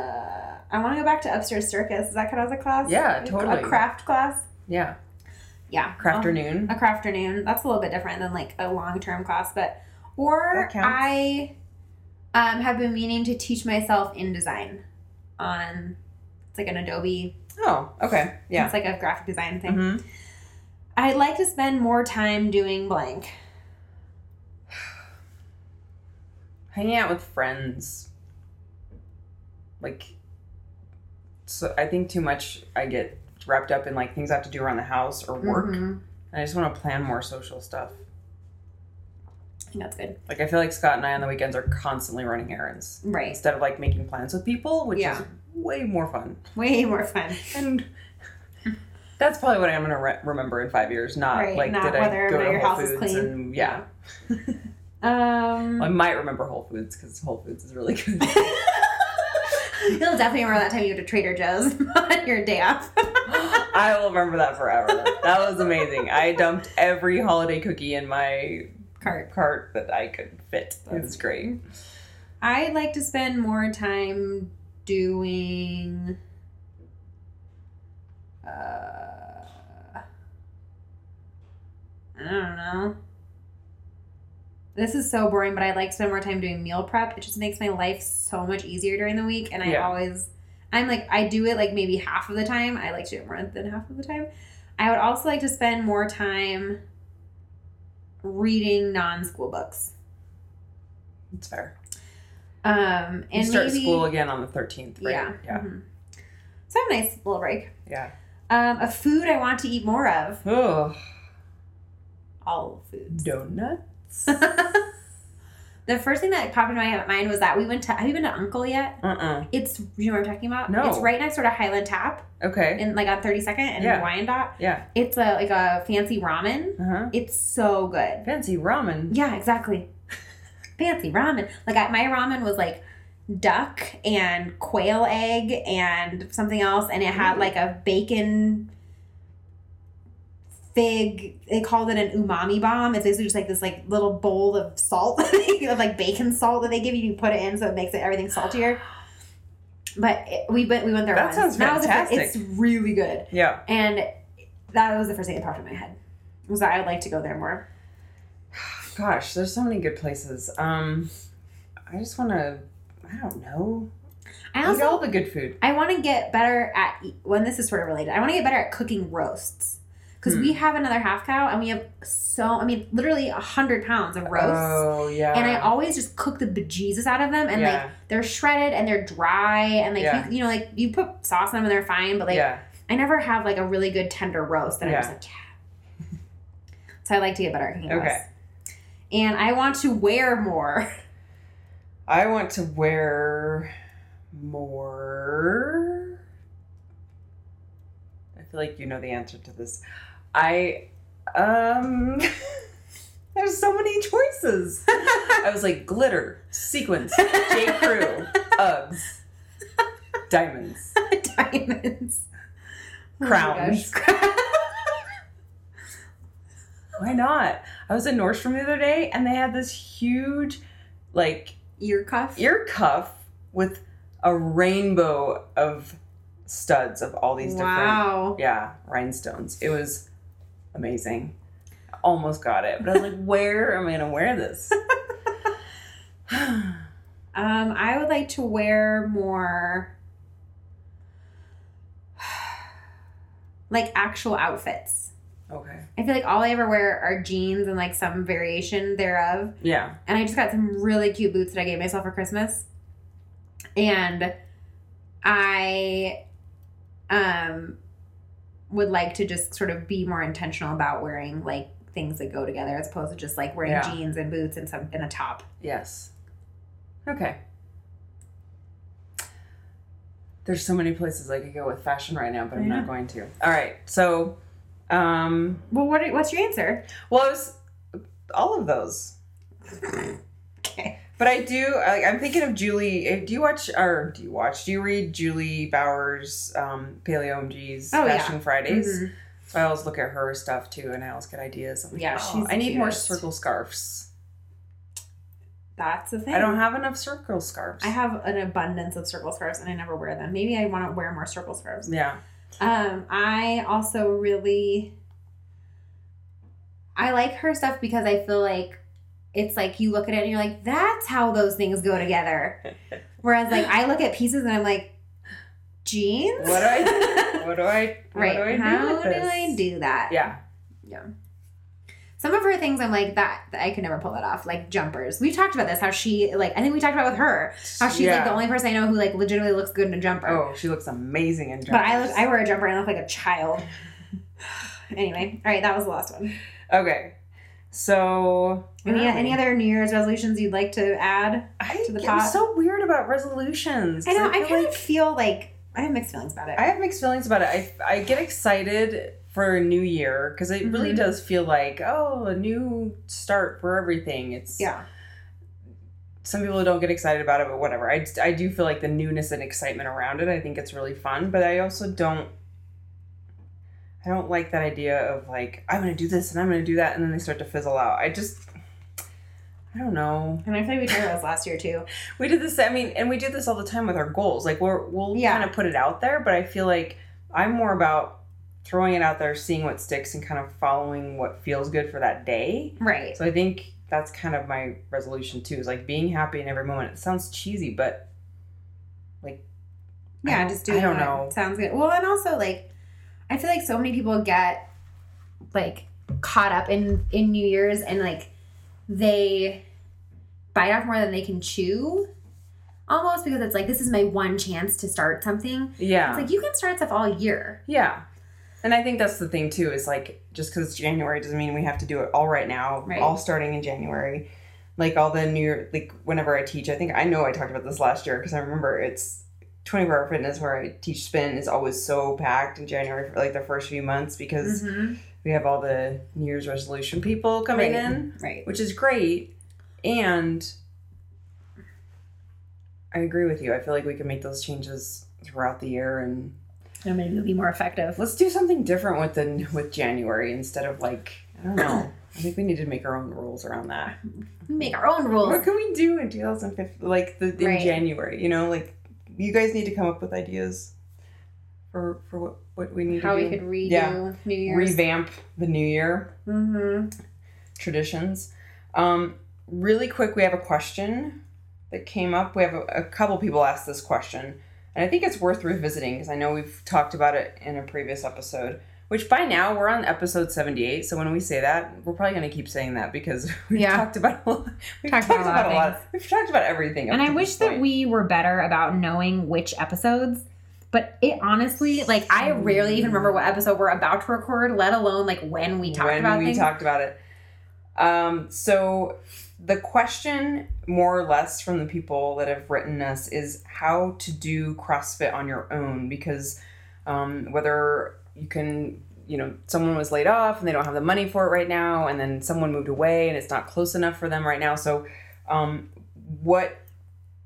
[SPEAKER 2] I want to go back to upstairs circus. Is that kind of a class?
[SPEAKER 1] Yeah, totally.
[SPEAKER 2] A craft class.
[SPEAKER 1] Yeah.
[SPEAKER 2] Yeah, Um,
[SPEAKER 1] Crafternoon.
[SPEAKER 2] a craft afternoon. That's a little bit different than like a long term class, but or
[SPEAKER 1] That counts.
[SPEAKER 2] I um, have been meaning to teach myself InDesign on it's like an Adobe.
[SPEAKER 1] Oh, okay. Yeah.
[SPEAKER 2] It's like a graphic design thing.
[SPEAKER 1] hmm
[SPEAKER 2] I'd like to spend more time doing blank.
[SPEAKER 1] Hanging out with friends. Like, so I think too much I get wrapped up in like things I have to do around the house or work.
[SPEAKER 2] Mhm.
[SPEAKER 1] And I just want to plan more social stuff.
[SPEAKER 2] I think that's good.
[SPEAKER 1] Like I feel like Scott and I on the weekends are constantly running errands
[SPEAKER 2] Right.
[SPEAKER 1] instead of like making plans with people, which
[SPEAKER 2] Yeah.
[SPEAKER 1] is way more fun.
[SPEAKER 2] Way more fun.
[SPEAKER 1] And that's probably what I'm gonna re- remember in five years. Not
[SPEAKER 2] Right,
[SPEAKER 1] like
[SPEAKER 2] not
[SPEAKER 1] did
[SPEAKER 2] whether
[SPEAKER 1] I
[SPEAKER 2] or
[SPEAKER 1] go
[SPEAKER 2] not
[SPEAKER 1] to
[SPEAKER 2] your
[SPEAKER 1] Whole
[SPEAKER 2] house is
[SPEAKER 1] Foods
[SPEAKER 2] clean.
[SPEAKER 1] and yeah, I
[SPEAKER 2] Um,
[SPEAKER 1] might remember Whole Foods because Whole Foods is really good.
[SPEAKER 2] you'll definitely remember that time you go to Trader Joe's on your day off.
[SPEAKER 1] I will remember that forever. That was amazing. I dumped every holiday cookie in my
[SPEAKER 2] Cart.
[SPEAKER 1] cart that I could fit. That was great.
[SPEAKER 2] I'd like to spend more time doing. Uh, I don't know. This is so boring, but I'd like to spend more time doing meal prep. It just makes my life so much easier during the week, and I
[SPEAKER 1] Yeah.
[SPEAKER 2] always, I'm like, I do it like maybe half of the time. I like to do it more than half of the time. I would also like to spend more time reading non-school books.
[SPEAKER 1] It's fair.
[SPEAKER 2] Um, and
[SPEAKER 1] You start
[SPEAKER 2] maybe,
[SPEAKER 1] school again on the 13th, right?
[SPEAKER 2] Yeah.
[SPEAKER 1] Yeah.
[SPEAKER 2] mhm. So I have a nice little break.
[SPEAKER 1] Yeah.
[SPEAKER 2] Um, a food I want to eat more of.
[SPEAKER 1] Oh,
[SPEAKER 2] All foods.
[SPEAKER 1] donuts. uh
[SPEAKER 2] the first thing that popped into my mind was that we went to. Have you been to Uncle yet?
[SPEAKER 1] uh
[SPEAKER 2] It's you know what I'm talking about.
[SPEAKER 1] No.
[SPEAKER 2] It's right next door to Highland Tap
[SPEAKER 1] Okay.
[SPEAKER 2] in like on 32nd and
[SPEAKER 1] Yeah.
[SPEAKER 2] Wyandotte.
[SPEAKER 1] Yeah.
[SPEAKER 2] It's a like a fancy ramen.
[SPEAKER 1] Uh huh.
[SPEAKER 2] It's so good.
[SPEAKER 1] Fancy ramen.
[SPEAKER 2] Yeah, exactly. fancy ramen. Like I, my ramen was like duck and quail egg and something else, and it had like a bacon fig. They called it an umami bomb. It's basically just like this like little bowl of salt, of like bacon salt that they give you. You put it in, so it makes it everything saltier. But it, we went we went there
[SPEAKER 1] That sounds
[SPEAKER 2] once. was the first-
[SPEAKER 1] fantastic.
[SPEAKER 2] it's really good,
[SPEAKER 1] Yeah.
[SPEAKER 2] and that was the first thing that popped in my head. Was that I would like to go there more.
[SPEAKER 1] Gosh, there's so many good places. Um, I just want to. I don't know.
[SPEAKER 2] I
[SPEAKER 1] Eat
[SPEAKER 2] also
[SPEAKER 1] all the good food.
[SPEAKER 2] I want to get better at when this is sort of related. I want to get better at cooking roasts because
[SPEAKER 1] Hmm.
[SPEAKER 2] we have another half cow and we have so I mean literally a hundred pounds of roasts.
[SPEAKER 1] Oh yeah.
[SPEAKER 2] And I always just cook the bejesus out of them, and
[SPEAKER 1] yeah.
[SPEAKER 2] like they're shredded and they're dry, and like
[SPEAKER 1] Yeah.
[SPEAKER 2] you, you know, like you put sauce on them and they're fine, but like
[SPEAKER 1] yeah.
[SPEAKER 2] I never have like a really good tender roast that I'm just
[SPEAKER 1] Yeah.
[SPEAKER 2] like, yeah. so I like to get better at cooking
[SPEAKER 1] Okay.
[SPEAKER 2] roasts. And I want to wear more.
[SPEAKER 1] I want to wear more. I feel like you know the answer to this. I um there's so many choices. I was like glitter, sequins, J. Crew, Uggs, diamonds.
[SPEAKER 2] Diamonds. Oh my
[SPEAKER 1] Crowns.
[SPEAKER 2] gosh.
[SPEAKER 1] Why not? I was in Nordstrom the other day and they had this huge like
[SPEAKER 2] Ear cuff.
[SPEAKER 1] ear cuff with a rainbow of studs of all these different
[SPEAKER 2] Wow.
[SPEAKER 1] yeah rhinestones. It was amazing. Almost got it, but I was like, where am I gonna wear this?
[SPEAKER 2] Um, I would like to wear more like actual outfits.
[SPEAKER 1] Okay.
[SPEAKER 2] I feel like all I ever wear are jeans and like some variation thereof.
[SPEAKER 1] Yeah.
[SPEAKER 2] and I just got some really cute boots that I gave myself for Christmas. And I um would like to just sort of be more intentional about wearing like things that go together as opposed to just like wearing
[SPEAKER 1] Yeah.
[SPEAKER 2] jeans and boots and some and a top.
[SPEAKER 1] Yes. Okay. There's so many places I could go with fashion right now, but I'm
[SPEAKER 2] Yeah.
[SPEAKER 1] not going to. All right. So, um,
[SPEAKER 2] Well, what what's your answer?
[SPEAKER 1] well, it was all of those.
[SPEAKER 2] Okay.
[SPEAKER 1] But I do. I, I'm thinking of Julie. eh, Do you watch or do you watch? Do you read Julie Bowers, um, Paleo MG's
[SPEAKER 2] Oh, yeah.
[SPEAKER 1] Fashion Fridays? So I always look at her stuff too, and I always get ideas. I'm like,
[SPEAKER 2] Yeah,
[SPEAKER 1] "Oh,
[SPEAKER 2] she's
[SPEAKER 1] I need more
[SPEAKER 2] cutest.
[SPEAKER 1] circle scarves.
[SPEAKER 2] That's the thing.
[SPEAKER 1] I don't have enough circle scarves.
[SPEAKER 2] I have an abundance of circle scarves and I never wear them. Maybe I want to wear more circle scarves.
[SPEAKER 1] Yeah.
[SPEAKER 2] Um, I also really I like her stuff because I feel like it's like you look at it and you're like, that's how those things go together. Whereas like I look at pieces and I'm like, jeans?
[SPEAKER 1] What do I do? What do I? What
[SPEAKER 2] right.
[SPEAKER 1] do I do
[SPEAKER 2] how
[SPEAKER 1] with this?
[SPEAKER 2] I do that?
[SPEAKER 1] Yeah.
[SPEAKER 2] Some of her things I'm like, that I could never pull that off. Like jumpers. We talked about this, how she like I think we talked about with her. How Oh, she's like
[SPEAKER 1] Yeah.
[SPEAKER 2] the only person I know who like legitimately looks good in a jumper.
[SPEAKER 1] Oh, she looks amazing in. Jumpers.
[SPEAKER 2] But I look I wear a jumper and I look like a child. anyway, all right, that was the last one.
[SPEAKER 1] Okay. So. where
[SPEAKER 2] Any,
[SPEAKER 1] are we?
[SPEAKER 2] any other New Year's resolutions you'd like to add?
[SPEAKER 1] I
[SPEAKER 2] to the
[SPEAKER 1] get
[SPEAKER 2] pot?
[SPEAKER 1] so weird about resolutions.
[SPEAKER 2] I know, I
[SPEAKER 1] feel
[SPEAKER 2] kind
[SPEAKER 1] like-
[SPEAKER 2] of feel like I have mixed feelings about it.
[SPEAKER 1] I have mixed feelings about it. I, I get excited for a new year because it really
[SPEAKER 2] Mhm.
[SPEAKER 1] does feel like, oh, a new start for everything. It's
[SPEAKER 2] yeah.
[SPEAKER 1] some people don't get excited about it, but whatever. I, I do feel like the newness and excitement around it. I think it's really fun, but I also don't. I don't like that idea of like I'm gonna do this and I'm gonna do that, and then they start to fizzle out. I just, I don't know.
[SPEAKER 2] And I feel like we talked about this last year too.
[SPEAKER 1] We did this. I mean, and we do this all the time with our goals. Like we're we'll
[SPEAKER 2] Yeah.
[SPEAKER 1] kind of put it out there, but I feel like I'm more about throwing it out there, seeing what sticks, and kind of following what feels good for that day.
[SPEAKER 2] Right.
[SPEAKER 1] So I think that's kind of my resolution too. Is like being happy in every moment. It sounds cheesy, but
[SPEAKER 2] Yeah, just
[SPEAKER 1] I
[SPEAKER 2] doing
[SPEAKER 1] don't
[SPEAKER 2] what
[SPEAKER 1] know.
[SPEAKER 2] sounds good. Well, and also like I feel like so many people get like caught up in in New Year's and like they bite off more than they can chew. Almost because it's like this is my one chance to start something.
[SPEAKER 1] yeah,
[SPEAKER 2] It's like you can start stuff all year.
[SPEAKER 1] yeah. And I think that's the thing too. Is like just because it's January doesn't mean we have to do it all right now.
[SPEAKER 2] Right.
[SPEAKER 1] All starting in January. Like all the new year, like whenever I teach, I think I know I talked about this last year because I remember it's 24 hour fitness where I teach spin is always so packed in January for like the first few months because
[SPEAKER 2] Mm-hmm.
[SPEAKER 1] we have all the New Year's resolution people coming
[SPEAKER 2] Right.
[SPEAKER 1] in.
[SPEAKER 2] Right.
[SPEAKER 1] which is great. And I agree with you. I feel like we can make those changes throughout the year, and
[SPEAKER 2] And maybe it'll be more effective.
[SPEAKER 1] let's do something different with the with January instead of like I don't know. I think we need to make our own rules around that.
[SPEAKER 2] make our own
[SPEAKER 1] What
[SPEAKER 2] rules.
[SPEAKER 1] can we do in 2015, like the, in
[SPEAKER 2] Right.
[SPEAKER 1] January? You know, like you guys need to come up with ideas for for what what we need
[SPEAKER 2] How
[SPEAKER 1] to
[SPEAKER 2] we
[SPEAKER 1] do.
[SPEAKER 2] could redo
[SPEAKER 1] Yeah.
[SPEAKER 2] New Year's.
[SPEAKER 1] revamp the new year.
[SPEAKER 2] mm-hmm.
[SPEAKER 1] traditions. Um, really quick, we have a question that came up. We have a, a couple people asked this question, and I think it's worth revisiting because I know we've talked about it in a previous episode. Which by now we're on episode seventy-eight, so when we say that, we're probably going to keep saying that because we've
[SPEAKER 2] Yeah.
[SPEAKER 1] talked about a lot. We've
[SPEAKER 2] Talked
[SPEAKER 1] talked,
[SPEAKER 2] about a lot
[SPEAKER 1] about,
[SPEAKER 2] of
[SPEAKER 1] a lot. We've talked about everything. up
[SPEAKER 2] And I
[SPEAKER 1] to
[SPEAKER 2] wish
[SPEAKER 1] this
[SPEAKER 2] that
[SPEAKER 1] point.
[SPEAKER 2] we were better about knowing which episodes. But it honestly, like, I rarely even remember what episode we're about to record, let alone like when we talked
[SPEAKER 1] when
[SPEAKER 2] about
[SPEAKER 1] we
[SPEAKER 2] things.
[SPEAKER 1] talked about it. Um, so the question, more or less, from the people that have written us is how to do CrossFit on your own because um, whether you can, you know, someone was laid off and they don't have the money for it right now, and then someone moved away and it's not close enough for them right now. So, um, what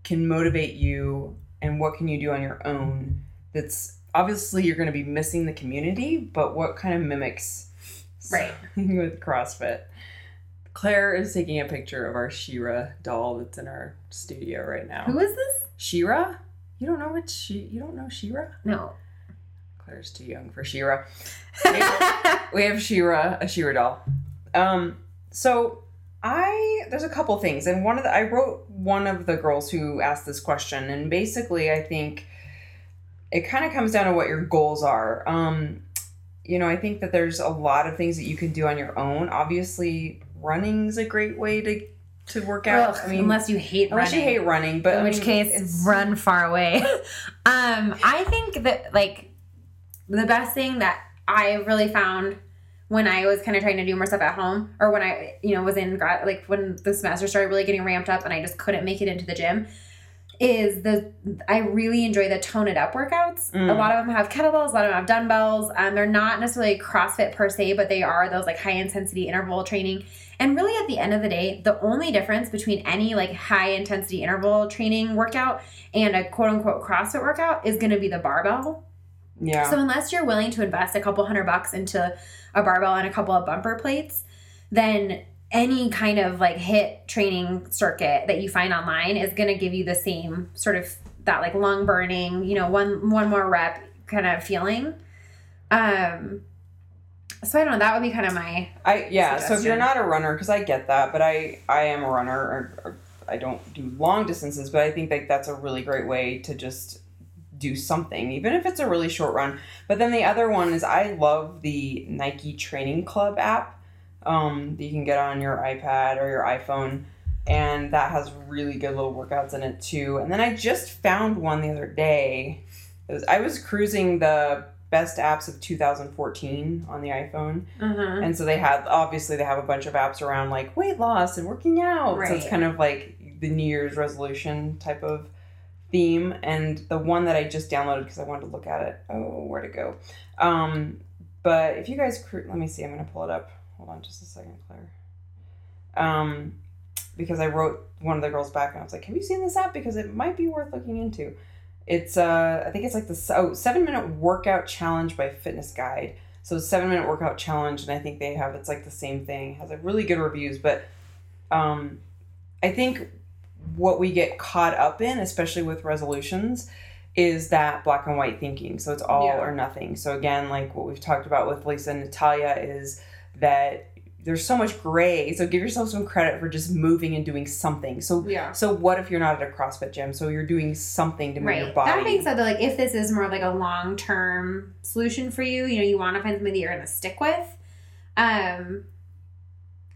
[SPEAKER 1] can motivate you and what can you do on your own that's obviously you're going to be missing the community but what kind of mimics
[SPEAKER 2] Right.
[SPEAKER 1] with CrossFit. Claire is taking a picture of our Shira doll that's in our studio right now.
[SPEAKER 2] Who is this?
[SPEAKER 1] Shira? You don't know what she. You don't know Shira.
[SPEAKER 2] No.
[SPEAKER 1] Claire's too young for Shira. We have Shira, a Shira doll. Um, so I there's a couple things, and one of the I wrote one of the girls who asked this question, and basically I think it kind of comes down to what your goals are. Um, you know, I think that there's a lot of things that you can do on your own. Obviously, running's a great way to to work out.
[SPEAKER 2] Ugh,
[SPEAKER 1] I mean, unless,
[SPEAKER 2] unless you hate
[SPEAKER 1] you
[SPEAKER 2] running.
[SPEAKER 1] hate running, but
[SPEAKER 2] in
[SPEAKER 1] I
[SPEAKER 2] which
[SPEAKER 1] mean,
[SPEAKER 2] case
[SPEAKER 1] it's-
[SPEAKER 2] run far away um i think that like the best thing that i really found when i was kind of trying to do more stuff at home or when i you know was in grad like when the semester started really getting ramped up and i just couldn't make it into the gym is the i really enjoy the tone it up workouts a
[SPEAKER 1] Mm.
[SPEAKER 2] lot of them have kettlebells a lot of them have dumbbells um, they're not necessarily crossfit per se but they are those like high intensity interval training and really, at the end of the day, the only difference between any like high intensity interval training workout and a quote unquote CrossFit workout is going to be the barbell.
[SPEAKER 1] yeah,
[SPEAKER 2] So, unless you're willing to invest a couple hundred bucks into a barbell and a couple of bumper plates, then any kind of like hit training circuit that you find online is going to give you the same sort of that like lung burning, you know, one one more rep kind of feeling. Um so I don't know, that would be kind of my
[SPEAKER 1] I yeah. So if you're
[SPEAKER 2] suggestion.
[SPEAKER 1] not a runner, because I get that, but I I am a runner. Or, or I don't do long distances, but I think that that's a really great way to just do something, even if it's a really short run. But then the other one is I love the Nike Training Club app um, that you can get on your iPad or your iPhone. And that has really good little workouts in it too. And then I just found one the other day. It was, I was cruising the best apps of 2014 on the iPhone.
[SPEAKER 2] uh
[SPEAKER 1] And so they had obviously they have a bunch of apps around like weight loss and working out. So it's
[SPEAKER 2] Right.
[SPEAKER 1] kind of like the New Year's resolution type of theme. And the one that I just downloaded because I wanted to look at it. Oh, where to go? Um, but if you guys, cru- let me see. I'm gonna pull it up. Hold on, just a second, Claire. Um, because I wrote one of the girls back and I was like, "Have you seen this app? Because it might be worth looking into." It's uh, I think it's like the s- oh, seven minute workout challenge by Fitness Guide. So it's seven minute workout challenge, and I think they have it's like the same thing. It has like really good reviews, but um, I think what we get caught up in, especially with resolutions, is that black and white thinking. So it's all
[SPEAKER 2] Yeah.
[SPEAKER 1] or nothing. So again, like what we've talked about with Lisa and Natalia is that there's so much gray. So give yourself some credit for just moving and doing something. So
[SPEAKER 2] Yeah.
[SPEAKER 1] so what if you're not at a CrossFit gym? So you're doing something to move your
[SPEAKER 2] Right.
[SPEAKER 1] body.
[SPEAKER 2] That being said, though, like if this is more of like a long term solution for you, you know, you want to find something that you're going to stick with. Um.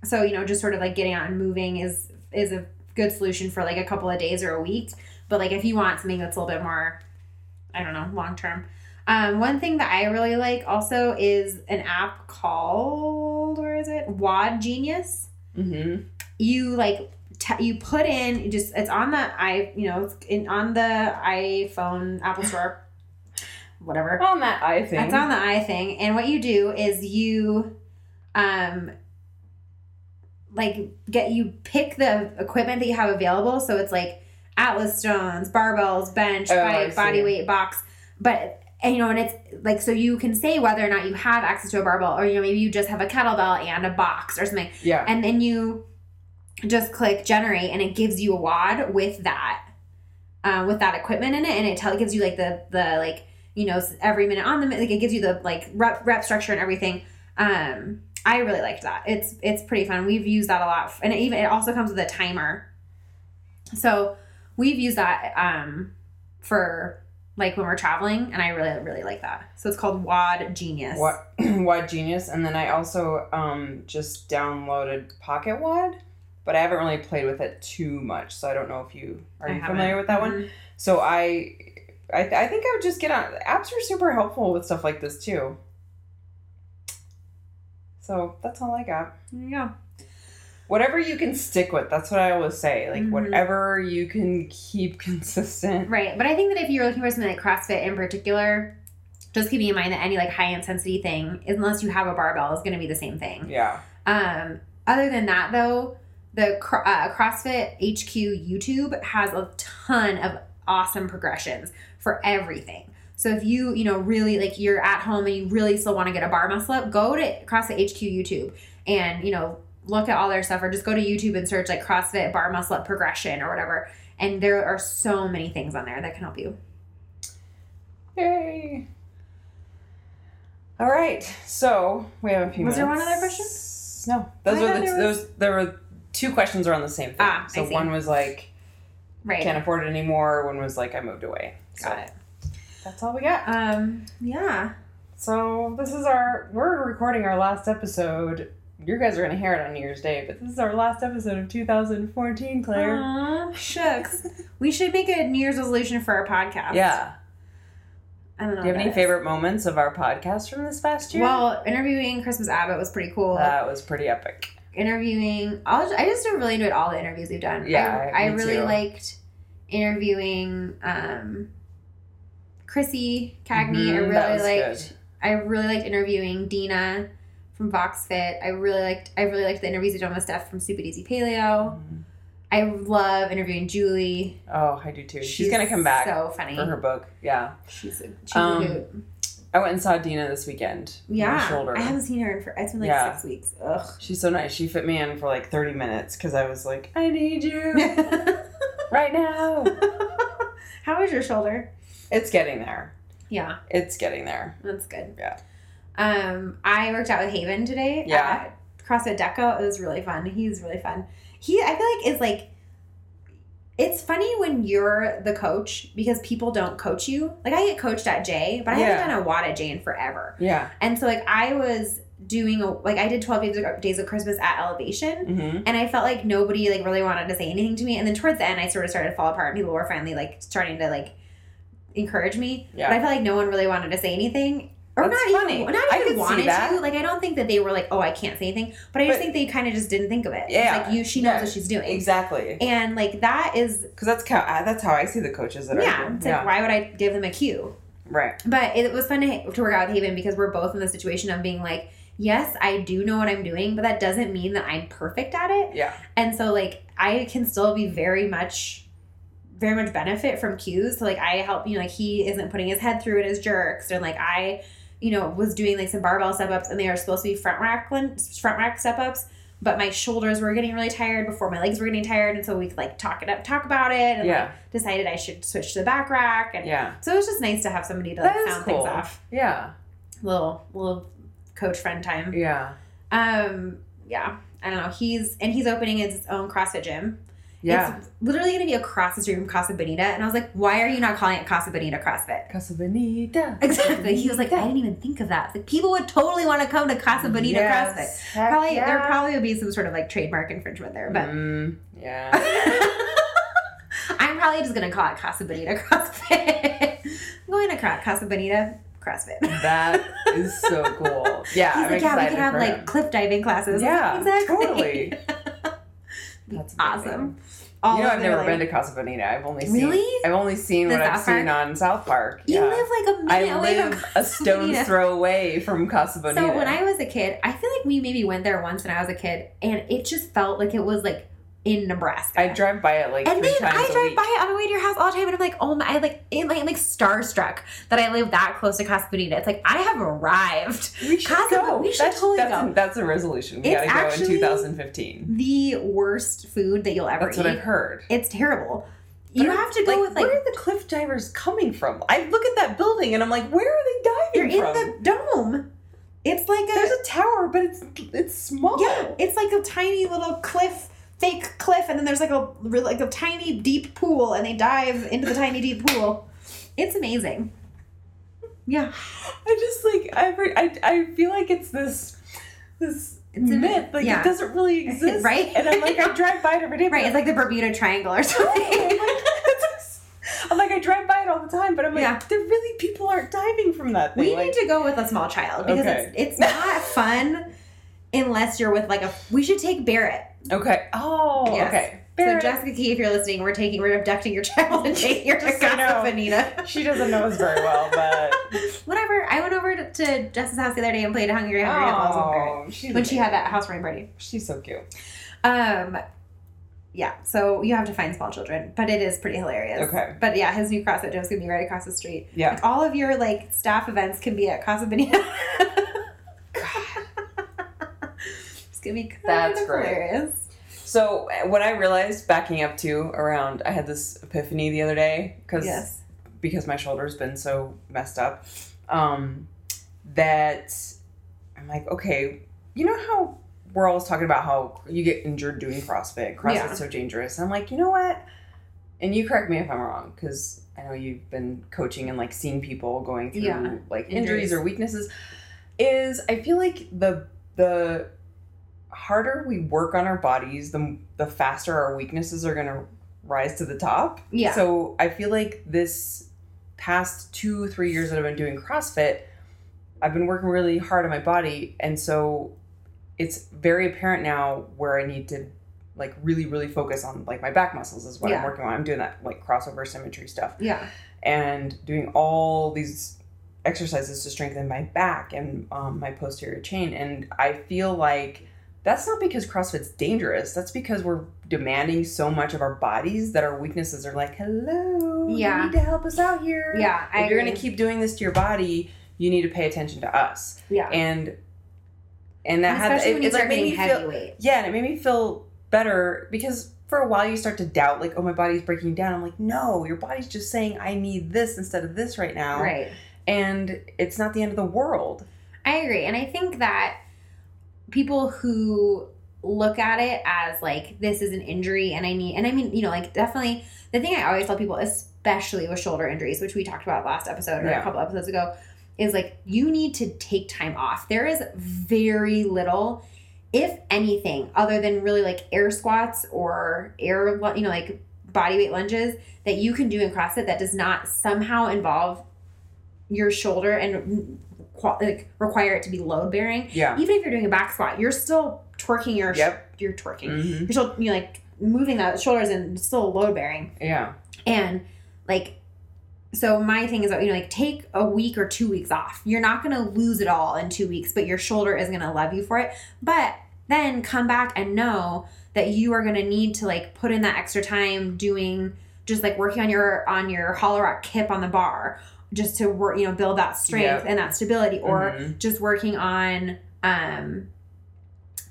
[SPEAKER 2] So you know, just sort of like getting out and moving is is a good solution for like a couple of days or a week. But like if you want something that's a little bit more, I don't know, long term. Um, one thing that I really like also is an app called where is it? Wad Genius
[SPEAKER 1] Mm-hmm.
[SPEAKER 2] you like t- you put in you just it's on the i you know it's in on the iphone apple store whatever
[SPEAKER 1] On that I think.
[SPEAKER 2] that's on the i thing and what you do is you um like get you pick the equipment that you have available so it's like atlas stones barbells bench
[SPEAKER 1] Oh, I
[SPEAKER 2] pipe,
[SPEAKER 1] see.
[SPEAKER 2] body weight box but and you know and it's like so you can say whether or not you have access to a barbell or you know maybe you just have a kettlebell and a box or something
[SPEAKER 1] yeah.
[SPEAKER 2] and then you just click generate and it gives you a wad with that uh, with that equipment in it and it tell, gives you like the the like you know s- every minute on the mi- like it gives you the like rep, rep structure and everything um i really liked that it's it's pretty fun we've used that a lot and it even it also comes with a timer so we've used that um for like when we're traveling and i really really like that so it's called wad genius
[SPEAKER 1] What Wad Genius, and then I also um, just downloaded Pocket Wad, but I haven't really played with it too much, so I don't know if you are
[SPEAKER 2] I
[SPEAKER 1] you
[SPEAKER 2] haven't.
[SPEAKER 1] familiar with that one.
[SPEAKER 2] Mhm.
[SPEAKER 1] So I, I, I think I would just get on. Apps are super helpful with stuff like this too. So that's all I got.
[SPEAKER 2] there you go
[SPEAKER 1] Whatever you can stick with, that's what I always say. Like
[SPEAKER 2] Mhm.
[SPEAKER 1] whatever you can keep consistent.
[SPEAKER 2] Right. But I think that if you're looking for something like CrossFit in particular, just keeping in mind that any like high intensity thing, unless you have a barbell, is going to be the same thing.
[SPEAKER 1] Yeah.
[SPEAKER 2] Um, other than that, though, the cro- uh, CrossFit HQ YouTube has a ton of awesome progressions for everything. So if you, you know, really like you're at home and you really still want to get a bar muscle up, go to CrossFit HQ YouTube and, you know, look at all their stuff or just go to YouTube and search like CrossFit bar muscle up progression or whatever. And there are so many things on there that can help you.
[SPEAKER 1] Yay. All right. So we have a few.
[SPEAKER 2] Was there one
[SPEAKER 1] minutes.
[SPEAKER 2] other question?
[SPEAKER 1] No. Those
[SPEAKER 2] I
[SPEAKER 1] were
[SPEAKER 2] thought
[SPEAKER 1] the
[SPEAKER 2] there was-
[SPEAKER 1] those there were two questions around the same thing.
[SPEAKER 2] Ah, I
[SPEAKER 1] so
[SPEAKER 2] see.
[SPEAKER 1] one was like
[SPEAKER 2] Right.
[SPEAKER 1] can't afford it anymore. One was like I moved away.
[SPEAKER 2] Got
[SPEAKER 1] so
[SPEAKER 2] it.
[SPEAKER 1] That's all we got.
[SPEAKER 2] Um, yeah.
[SPEAKER 1] So this is our we're recording our last episode. You guys are gonna hear it on New Year's Day, but this is our last episode of 2014, Claire.
[SPEAKER 2] Aw, shucks. we should make a New Year's resolution for our podcast.
[SPEAKER 1] Yeah.
[SPEAKER 2] I don't know.
[SPEAKER 1] Do you have
[SPEAKER 2] what
[SPEAKER 1] any
[SPEAKER 2] that is.
[SPEAKER 1] favorite moments of our podcast from this past year?
[SPEAKER 2] Well, interviewing Christmas Abbott was pretty cool.
[SPEAKER 1] that was pretty epic.
[SPEAKER 2] interviewing, all I just really enjoyed all the interviews we've done.
[SPEAKER 1] Yeah,
[SPEAKER 2] I, I
[SPEAKER 1] me
[SPEAKER 2] really
[SPEAKER 1] too.
[SPEAKER 2] liked interviewing um, Chrissy Cagney. I
[SPEAKER 1] Mhm,
[SPEAKER 2] really
[SPEAKER 1] that was
[SPEAKER 2] liked.
[SPEAKER 1] good.
[SPEAKER 2] I really liked interviewing Dina from Vox Fit. I really liked. I really liked the interviews we've done with Steph from Super Easy Paleo.
[SPEAKER 1] Mhm.
[SPEAKER 2] I love interviewing Julie.
[SPEAKER 1] Oh, I do too. She's, gonna come back
[SPEAKER 2] So funny.
[SPEAKER 1] for her book. Yeah.
[SPEAKER 2] She's a, she's
[SPEAKER 1] Um,
[SPEAKER 2] a hoot.
[SPEAKER 1] I went and saw Dina this weekend. on the
[SPEAKER 2] Yeah,
[SPEAKER 1] shoulder.
[SPEAKER 2] I haven't seen her in for it's been like
[SPEAKER 1] Yeah.
[SPEAKER 2] six weeks. Ugh.
[SPEAKER 1] She's so nice. She fit me in for like 30 minutes because I was like, I need you right now.
[SPEAKER 2] How is your shoulder?
[SPEAKER 1] it's getting there.
[SPEAKER 2] Yeah,
[SPEAKER 1] It's getting there.
[SPEAKER 2] that's good.
[SPEAKER 1] Yeah.
[SPEAKER 2] Um, I worked out with Haven today.
[SPEAKER 1] Yeah.
[SPEAKER 2] At CrossFit Deco. It was really fun. He's really fun. He, I feel like, is like. It's funny when you're the coach because people don't coach you. Like I get coached at Jay, but I
[SPEAKER 1] Yeah.
[SPEAKER 2] haven't done a wad at Jay in forever.
[SPEAKER 1] Yeah.
[SPEAKER 2] And so like I was doing a like I did twelve days of, days of Christmas at Elevation,
[SPEAKER 1] Mm-hmm.
[SPEAKER 2] and I felt like nobody like really wanted to say anything to me. And then towards the end, I sort of started to fall apart, and people were finally like starting to like encourage me.
[SPEAKER 1] Yeah.
[SPEAKER 2] But I felt like no one really wanted to say anything, or
[SPEAKER 1] That's
[SPEAKER 2] not
[SPEAKER 1] funny.
[SPEAKER 2] even not
[SPEAKER 1] I
[SPEAKER 2] even
[SPEAKER 1] could see
[SPEAKER 2] wanted
[SPEAKER 1] that.
[SPEAKER 2] to. Like I don't think that they were like, oh, I can't say anything. But I just
[SPEAKER 1] But-
[SPEAKER 2] think they kind of just didn't think of it. It's
[SPEAKER 1] Yeah.
[SPEAKER 2] like you, she knows
[SPEAKER 1] Yeah.
[SPEAKER 2] what she's doing,
[SPEAKER 1] Exactly.
[SPEAKER 2] and like that is
[SPEAKER 1] Because that's how I- that's how I see the coaches that are.
[SPEAKER 2] yeah.
[SPEAKER 1] doing-
[SPEAKER 2] It's like why would I give them a cue?
[SPEAKER 1] Right.
[SPEAKER 2] But it was fun to, to work out with Haven because we're both in the situation of being like, yes, I do know what I'm doing, but that doesn't mean that I'm perfect at it.
[SPEAKER 1] Yeah.
[SPEAKER 2] And so, like, I can still be very much, very much benefit from cues. So, like, I help, you know, like, he isn't putting his head through in his jerks. And, like, I, you know, was doing, like, some barbell step ups and they are supposed to be front rack, lin- front rack step ups. But my shoulders were getting really tired before my legs were getting tired, and so we could, like talk it up, talk about it, and like,
[SPEAKER 1] Yeah.
[SPEAKER 2] decided I should switch to the back rack, and
[SPEAKER 1] Yeah.
[SPEAKER 2] so it was just nice to have somebody to like
[SPEAKER 1] That is
[SPEAKER 2] sound
[SPEAKER 1] cool.
[SPEAKER 2] things off.
[SPEAKER 1] Yeah.
[SPEAKER 2] Little little coach friend time.
[SPEAKER 1] Yeah.
[SPEAKER 2] Um, yeah. I don't know. He's and he's opening his own CrossFit gym.
[SPEAKER 1] Yeah.
[SPEAKER 2] It's literally gonna be across the street from Casa Bonita. And I was like, why are you not calling it Casa Bonita CrossFit?
[SPEAKER 1] Casa Bonita.
[SPEAKER 2] Exactly. He was like, I didn't even think of that. Like people would totally want to come to Casa Bonita CrossFit.
[SPEAKER 1] Yes. Heck
[SPEAKER 2] Probably
[SPEAKER 1] yeah.
[SPEAKER 2] there probably would be some sort of like trademark infringement there, but
[SPEAKER 1] Mm, yeah.
[SPEAKER 2] I'm probably just gonna call it Casa Bonita CrossFit. I'm going to cro- Casa Bonita CrossFit.
[SPEAKER 1] That is so cool. Yeah.
[SPEAKER 2] He's
[SPEAKER 1] I'm
[SPEAKER 2] like, yeah, we
[SPEAKER 1] excited
[SPEAKER 2] could have
[SPEAKER 1] for
[SPEAKER 2] like
[SPEAKER 1] him.
[SPEAKER 2] cliff diving classes.
[SPEAKER 1] Yeah,
[SPEAKER 2] exactly.
[SPEAKER 1] totally. That's amazing.
[SPEAKER 2] awesome. All
[SPEAKER 1] you know,
[SPEAKER 2] of
[SPEAKER 1] I've
[SPEAKER 2] them are
[SPEAKER 1] never been
[SPEAKER 2] like,
[SPEAKER 1] to Casa Bonita. I've only seen
[SPEAKER 2] Really?
[SPEAKER 1] I've only seen
[SPEAKER 2] The
[SPEAKER 1] what I've
[SPEAKER 2] South
[SPEAKER 1] seen on South Park.
[SPEAKER 2] You
[SPEAKER 1] yeah.
[SPEAKER 2] live like a minute
[SPEAKER 1] I
[SPEAKER 2] away from
[SPEAKER 1] live a stone's
[SPEAKER 2] Bonita.
[SPEAKER 1] throw away from Casa Bonita.
[SPEAKER 2] So when I was a kid, I feel like we maybe went there once when I was a kid, and it just felt like it was like in Nebraska.
[SPEAKER 1] I drive by it like
[SPEAKER 2] and
[SPEAKER 1] three
[SPEAKER 2] then
[SPEAKER 1] times
[SPEAKER 2] I
[SPEAKER 1] a
[SPEAKER 2] drive
[SPEAKER 1] week.
[SPEAKER 2] by it on my way to your house all the time, and I'm like, oh my, I like, it, like, I'm like starstruck that I live that close to Casa Bonita. It's like I have arrived.
[SPEAKER 1] we should
[SPEAKER 2] Casa-
[SPEAKER 1] go.
[SPEAKER 2] we should
[SPEAKER 1] that's,
[SPEAKER 2] totally
[SPEAKER 1] that's,
[SPEAKER 2] go.
[SPEAKER 1] A, that's a resolution. We
[SPEAKER 2] It's
[SPEAKER 1] gotta go
[SPEAKER 2] actually-
[SPEAKER 1] in 2015.
[SPEAKER 2] The worst food that you'll ever
[SPEAKER 1] That's
[SPEAKER 2] eat.
[SPEAKER 1] what I've heard.
[SPEAKER 2] It's terrible. You
[SPEAKER 1] But I'm
[SPEAKER 2] have to go with like
[SPEAKER 1] where are the cliff divers coming from? I look at that building and I'm like, where are they
[SPEAKER 2] You're
[SPEAKER 1] diving
[SPEAKER 2] in
[SPEAKER 1] from?
[SPEAKER 2] the dome. It's like
[SPEAKER 1] There's
[SPEAKER 2] a
[SPEAKER 1] a tower, but it's it's small.
[SPEAKER 2] yeah. It's like a tiny little cliff, fake cliff, and then there's like a real- like a tiny deep pool, and they dive into the tiny deep pool. It's amazing. Yeah,
[SPEAKER 1] I just like I re- I I feel like it's this this
[SPEAKER 2] It's a myth,
[SPEAKER 1] myth like
[SPEAKER 2] yeah.
[SPEAKER 1] it doesn't really exist,
[SPEAKER 2] Right?
[SPEAKER 1] And I'm like I drive by it every day, but
[SPEAKER 2] right. It's like the Bermuda Triangle or something.
[SPEAKER 1] I'm like I drive by it all the time, but I'm like
[SPEAKER 2] Yeah.
[SPEAKER 1] there really people aren't diving from that thing.
[SPEAKER 2] we
[SPEAKER 1] like,
[SPEAKER 2] need to go with a small child because
[SPEAKER 1] Okay.
[SPEAKER 2] it's, it's not fun unless you're with like a. We should take Barrett.
[SPEAKER 1] okay, oh
[SPEAKER 2] Yes.
[SPEAKER 1] okay. Barrett,
[SPEAKER 2] So Jessica Key, if you're listening, we're taking we're abducting your child and taking her to
[SPEAKER 1] Just so you know.
[SPEAKER 2] Casa Bonita.
[SPEAKER 1] she doesn't know us very well, but
[SPEAKER 2] Whatever. I went over to, to Jess's house the other day and played Hungry Hungry Hippos with her
[SPEAKER 1] oh, she's
[SPEAKER 2] when she had that house room party.
[SPEAKER 1] she's so cute.
[SPEAKER 2] Um, yeah. So you have to find small children, but it is pretty hilarious.
[SPEAKER 1] Okay.
[SPEAKER 2] But yeah, his new CrossFit gym is gonna be right across the street.
[SPEAKER 1] Yeah.
[SPEAKER 2] Like all of your like staff events can be at Casa Bonita. it's gonna be kind
[SPEAKER 1] That's
[SPEAKER 2] of
[SPEAKER 1] great.
[SPEAKER 2] hilarious.
[SPEAKER 1] So what I realized backing up to around, I had this epiphany the other day because
[SPEAKER 2] Yes.
[SPEAKER 1] because my shoulder's been so messed up um, that I'm like, okay, you know how we're always talking about how you get injured doing CrossFit. CrossFit's
[SPEAKER 2] Yeah.
[SPEAKER 1] so dangerous. I'm like, you know what? And you correct me if I'm wrong, because I know you've been coaching and like seeing people going through
[SPEAKER 2] Yeah.
[SPEAKER 1] like
[SPEAKER 2] Injuries.
[SPEAKER 1] injuries or weaknesses. Is I feel like the the harder we work on our bodies, the the faster our weaknesses are gonna rise to the top.
[SPEAKER 2] Yeah.
[SPEAKER 1] So I feel like this past two, three years that I've been doing CrossFit, I've been working really hard on my body. And so it's very apparent now where I need to like really, really focus on like my back muscles is what
[SPEAKER 2] Yeah.
[SPEAKER 1] I'm working on. I'm doing that like crossover symmetry stuff
[SPEAKER 2] yeah.
[SPEAKER 1] and doing all these exercises to strengthen my back and um, my posterior chain. And I feel like that's not because CrossFit's dangerous. That's because we're demanding so much of our bodies that our weaknesses are like, hello,
[SPEAKER 2] Yeah.
[SPEAKER 1] you need to help us out here.
[SPEAKER 2] Yeah. I
[SPEAKER 1] If you're going to
[SPEAKER 2] agree.
[SPEAKER 1] keep doing this to your body, you need to pay attention to us.
[SPEAKER 2] Yeah.
[SPEAKER 1] And and that
[SPEAKER 2] And
[SPEAKER 1] had
[SPEAKER 2] especially
[SPEAKER 1] it,
[SPEAKER 2] when you
[SPEAKER 1] it, like
[SPEAKER 2] start
[SPEAKER 1] made
[SPEAKER 2] getting
[SPEAKER 1] me feel
[SPEAKER 2] heavyweight.
[SPEAKER 1] yeah, and it made me feel better because for a while you start to doubt, like, oh, my body's breaking down. I'm like, no, your body's just saying I need this instead of this right now.
[SPEAKER 2] Right.
[SPEAKER 1] And it's not the end of the world.
[SPEAKER 2] I agree. And I think that people who look at it as like this is an injury and I need and I mean, you know, like definitely the thing I always tell people, especially with shoulder injuries, which we talked about last episode or a
[SPEAKER 1] Yeah.
[SPEAKER 2] couple episodes ago, is like you need to take time off. There is very little if anything other than really like air squats or air lu- you know like body weight lunges that you can do in CrossFit that does not somehow involve your shoulder and qua- like require it to be load bearing.
[SPEAKER 1] Yeah.
[SPEAKER 2] Even if you're doing a back squat, you're still twerking your sh-
[SPEAKER 1] Yep.
[SPEAKER 2] you're twerking.
[SPEAKER 1] Mhm.
[SPEAKER 2] You're still you're like moving the shoulders and it's still load bearing.
[SPEAKER 1] Yeah.
[SPEAKER 2] And like so my thing is that you know like take a week or two weeks off. You're not gonna lose it all in two weeks, but your shoulder is gonna love you for it. But then come back and know that you are gonna need to like put in that extra time doing just like working on your on your hollow rock kip on the bar just to work you know build that strength
[SPEAKER 1] Yep.
[SPEAKER 2] and that stability or
[SPEAKER 1] Mhm.
[SPEAKER 2] just working on um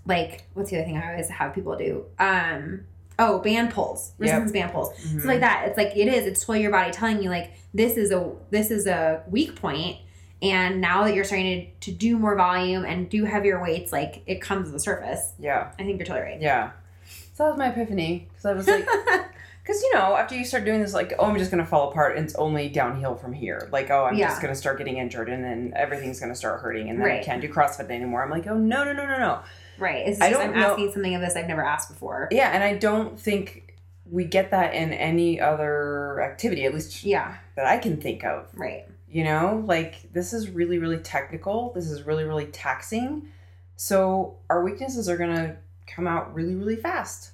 [SPEAKER 2] like what's the other thing I always have people do? Um oh band pulls.
[SPEAKER 1] Yep.
[SPEAKER 2] Resistance band pulls.
[SPEAKER 1] Mhm.
[SPEAKER 2] So like that. It's like it is, it's totally your body telling you like this is a this is a weak point and now that you're starting to, to do more volume and do heavier weights, like it comes to the surface.
[SPEAKER 1] yeah.
[SPEAKER 2] I think you're totally right.
[SPEAKER 1] Yeah. So that was my epiphany because I was like, because you know, after you start doing this, like, oh, I'm just gonna fall apart. And it's only downhill from here. Like, oh, I'm
[SPEAKER 2] Yeah.
[SPEAKER 1] just gonna start getting injured, and then everything's gonna start hurting, and then
[SPEAKER 2] Right.
[SPEAKER 1] I can't do CrossFit anymore. I'm like, oh, no, no, no, no, no.
[SPEAKER 2] Right. It's
[SPEAKER 1] I
[SPEAKER 2] just I'm
[SPEAKER 1] don't know-
[SPEAKER 2] asking something of this I've never asked before.
[SPEAKER 1] Yeah, and I don't think we get that in any other activity, at least
[SPEAKER 2] Yeah,
[SPEAKER 1] that I can think of.
[SPEAKER 2] right.
[SPEAKER 1] You know, like this is really, really technical. This is really, really taxing. So our weaknesses are gonna come out really, really fast.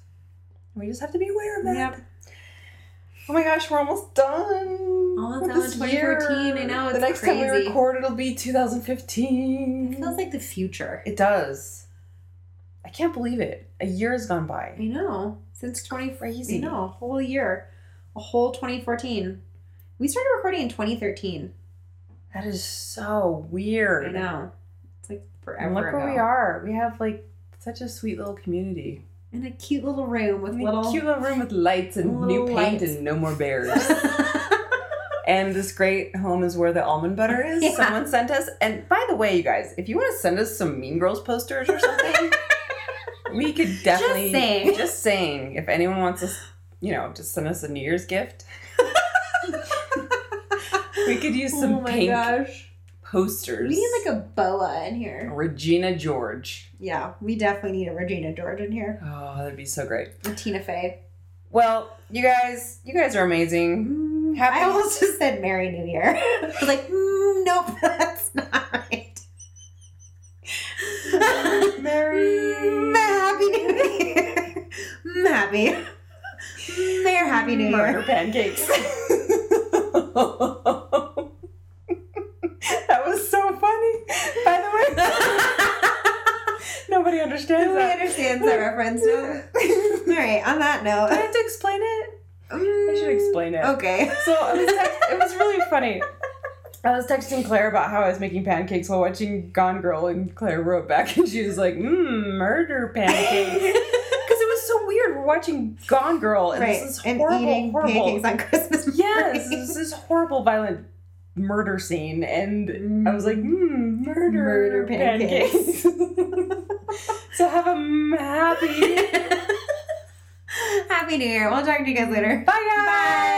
[SPEAKER 1] We just have to be aware of that.
[SPEAKER 2] Yep.
[SPEAKER 1] Oh my gosh, we're almost done.
[SPEAKER 2] Almost
[SPEAKER 1] with
[SPEAKER 2] done
[SPEAKER 1] this
[SPEAKER 2] with 2014. I know,
[SPEAKER 1] the
[SPEAKER 2] it's
[SPEAKER 1] next time we
[SPEAKER 2] crazy.
[SPEAKER 1] record, it'll be 2015.
[SPEAKER 2] It feels like the future.
[SPEAKER 1] it does. I can't believe it. A year has gone by.
[SPEAKER 2] I know. Since 20,
[SPEAKER 1] Crazy.
[SPEAKER 2] You know, a whole year, a whole 2014. We started recording in 2013.
[SPEAKER 1] That is so weird.
[SPEAKER 2] I know. It's like forever
[SPEAKER 1] And look
[SPEAKER 2] ago.
[SPEAKER 1] where we are. We have like such a sweet little community.
[SPEAKER 2] In a cute little room with
[SPEAKER 1] In a
[SPEAKER 2] little.
[SPEAKER 1] cute little room with lights and new
[SPEAKER 2] Little
[SPEAKER 1] paint
[SPEAKER 2] lights.
[SPEAKER 1] and no more bears. and this great home is where the almond butter is.
[SPEAKER 2] Yeah.
[SPEAKER 1] Someone sent us. And by the way, you guys, if you want to send us some Mean Girls posters or something, we could definitely.
[SPEAKER 2] saying.
[SPEAKER 1] Just saying. If anyone wants us, you know, just send us a New Year's gift. we could use some
[SPEAKER 2] oh my
[SPEAKER 1] pink
[SPEAKER 2] gosh.
[SPEAKER 1] posters.
[SPEAKER 2] We need like a boa in
[SPEAKER 1] Oh.
[SPEAKER 2] here.
[SPEAKER 1] Regina George.
[SPEAKER 2] Yeah, we definitely need a Regina George in here.
[SPEAKER 1] Oh, that'd be so great.
[SPEAKER 2] A Tina Fey.
[SPEAKER 1] Well, you guys, you guys are amazing.
[SPEAKER 2] Mm,
[SPEAKER 1] Happy-
[SPEAKER 2] I almost just said Merry New Year. I was like, mm, nope, that's not right.
[SPEAKER 1] Merry,
[SPEAKER 2] Mm, Happy New Year. Mm, Happy. Merry Happy New
[SPEAKER 1] murder
[SPEAKER 2] Year.
[SPEAKER 1] pancakes. that was so funny. By the way, nobody understands
[SPEAKER 2] Nobody
[SPEAKER 1] that.
[SPEAKER 2] understands that reference. No. All right. On that
[SPEAKER 1] I
[SPEAKER 2] note,
[SPEAKER 1] have to explain it. I should
[SPEAKER 2] mm,
[SPEAKER 1] explain it.
[SPEAKER 2] Okay.
[SPEAKER 1] So I was text- it was really funny. I was texting Claire about how I was making pancakes while watching Gone Girl, "Hmm, and Claire wrote back, and she was like, "Mmm, murder pancakes." Because it was so weird. We're watching Gone Girl, and
[SPEAKER 2] right.
[SPEAKER 1] this is
[SPEAKER 2] and
[SPEAKER 1] horrible,
[SPEAKER 2] eating
[SPEAKER 1] horrible.
[SPEAKER 2] pancakes on Christmas.
[SPEAKER 1] Yes,
[SPEAKER 2] morning.
[SPEAKER 1] this is horrible, violent murder scene, and I was like, mm, murder,
[SPEAKER 2] Murder pancakes.
[SPEAKER 1] so have a m- happy.
[SPEAKER 2] Happy New Year. We'll talk to you guys later.
[SPEAKER 1] Bye guys.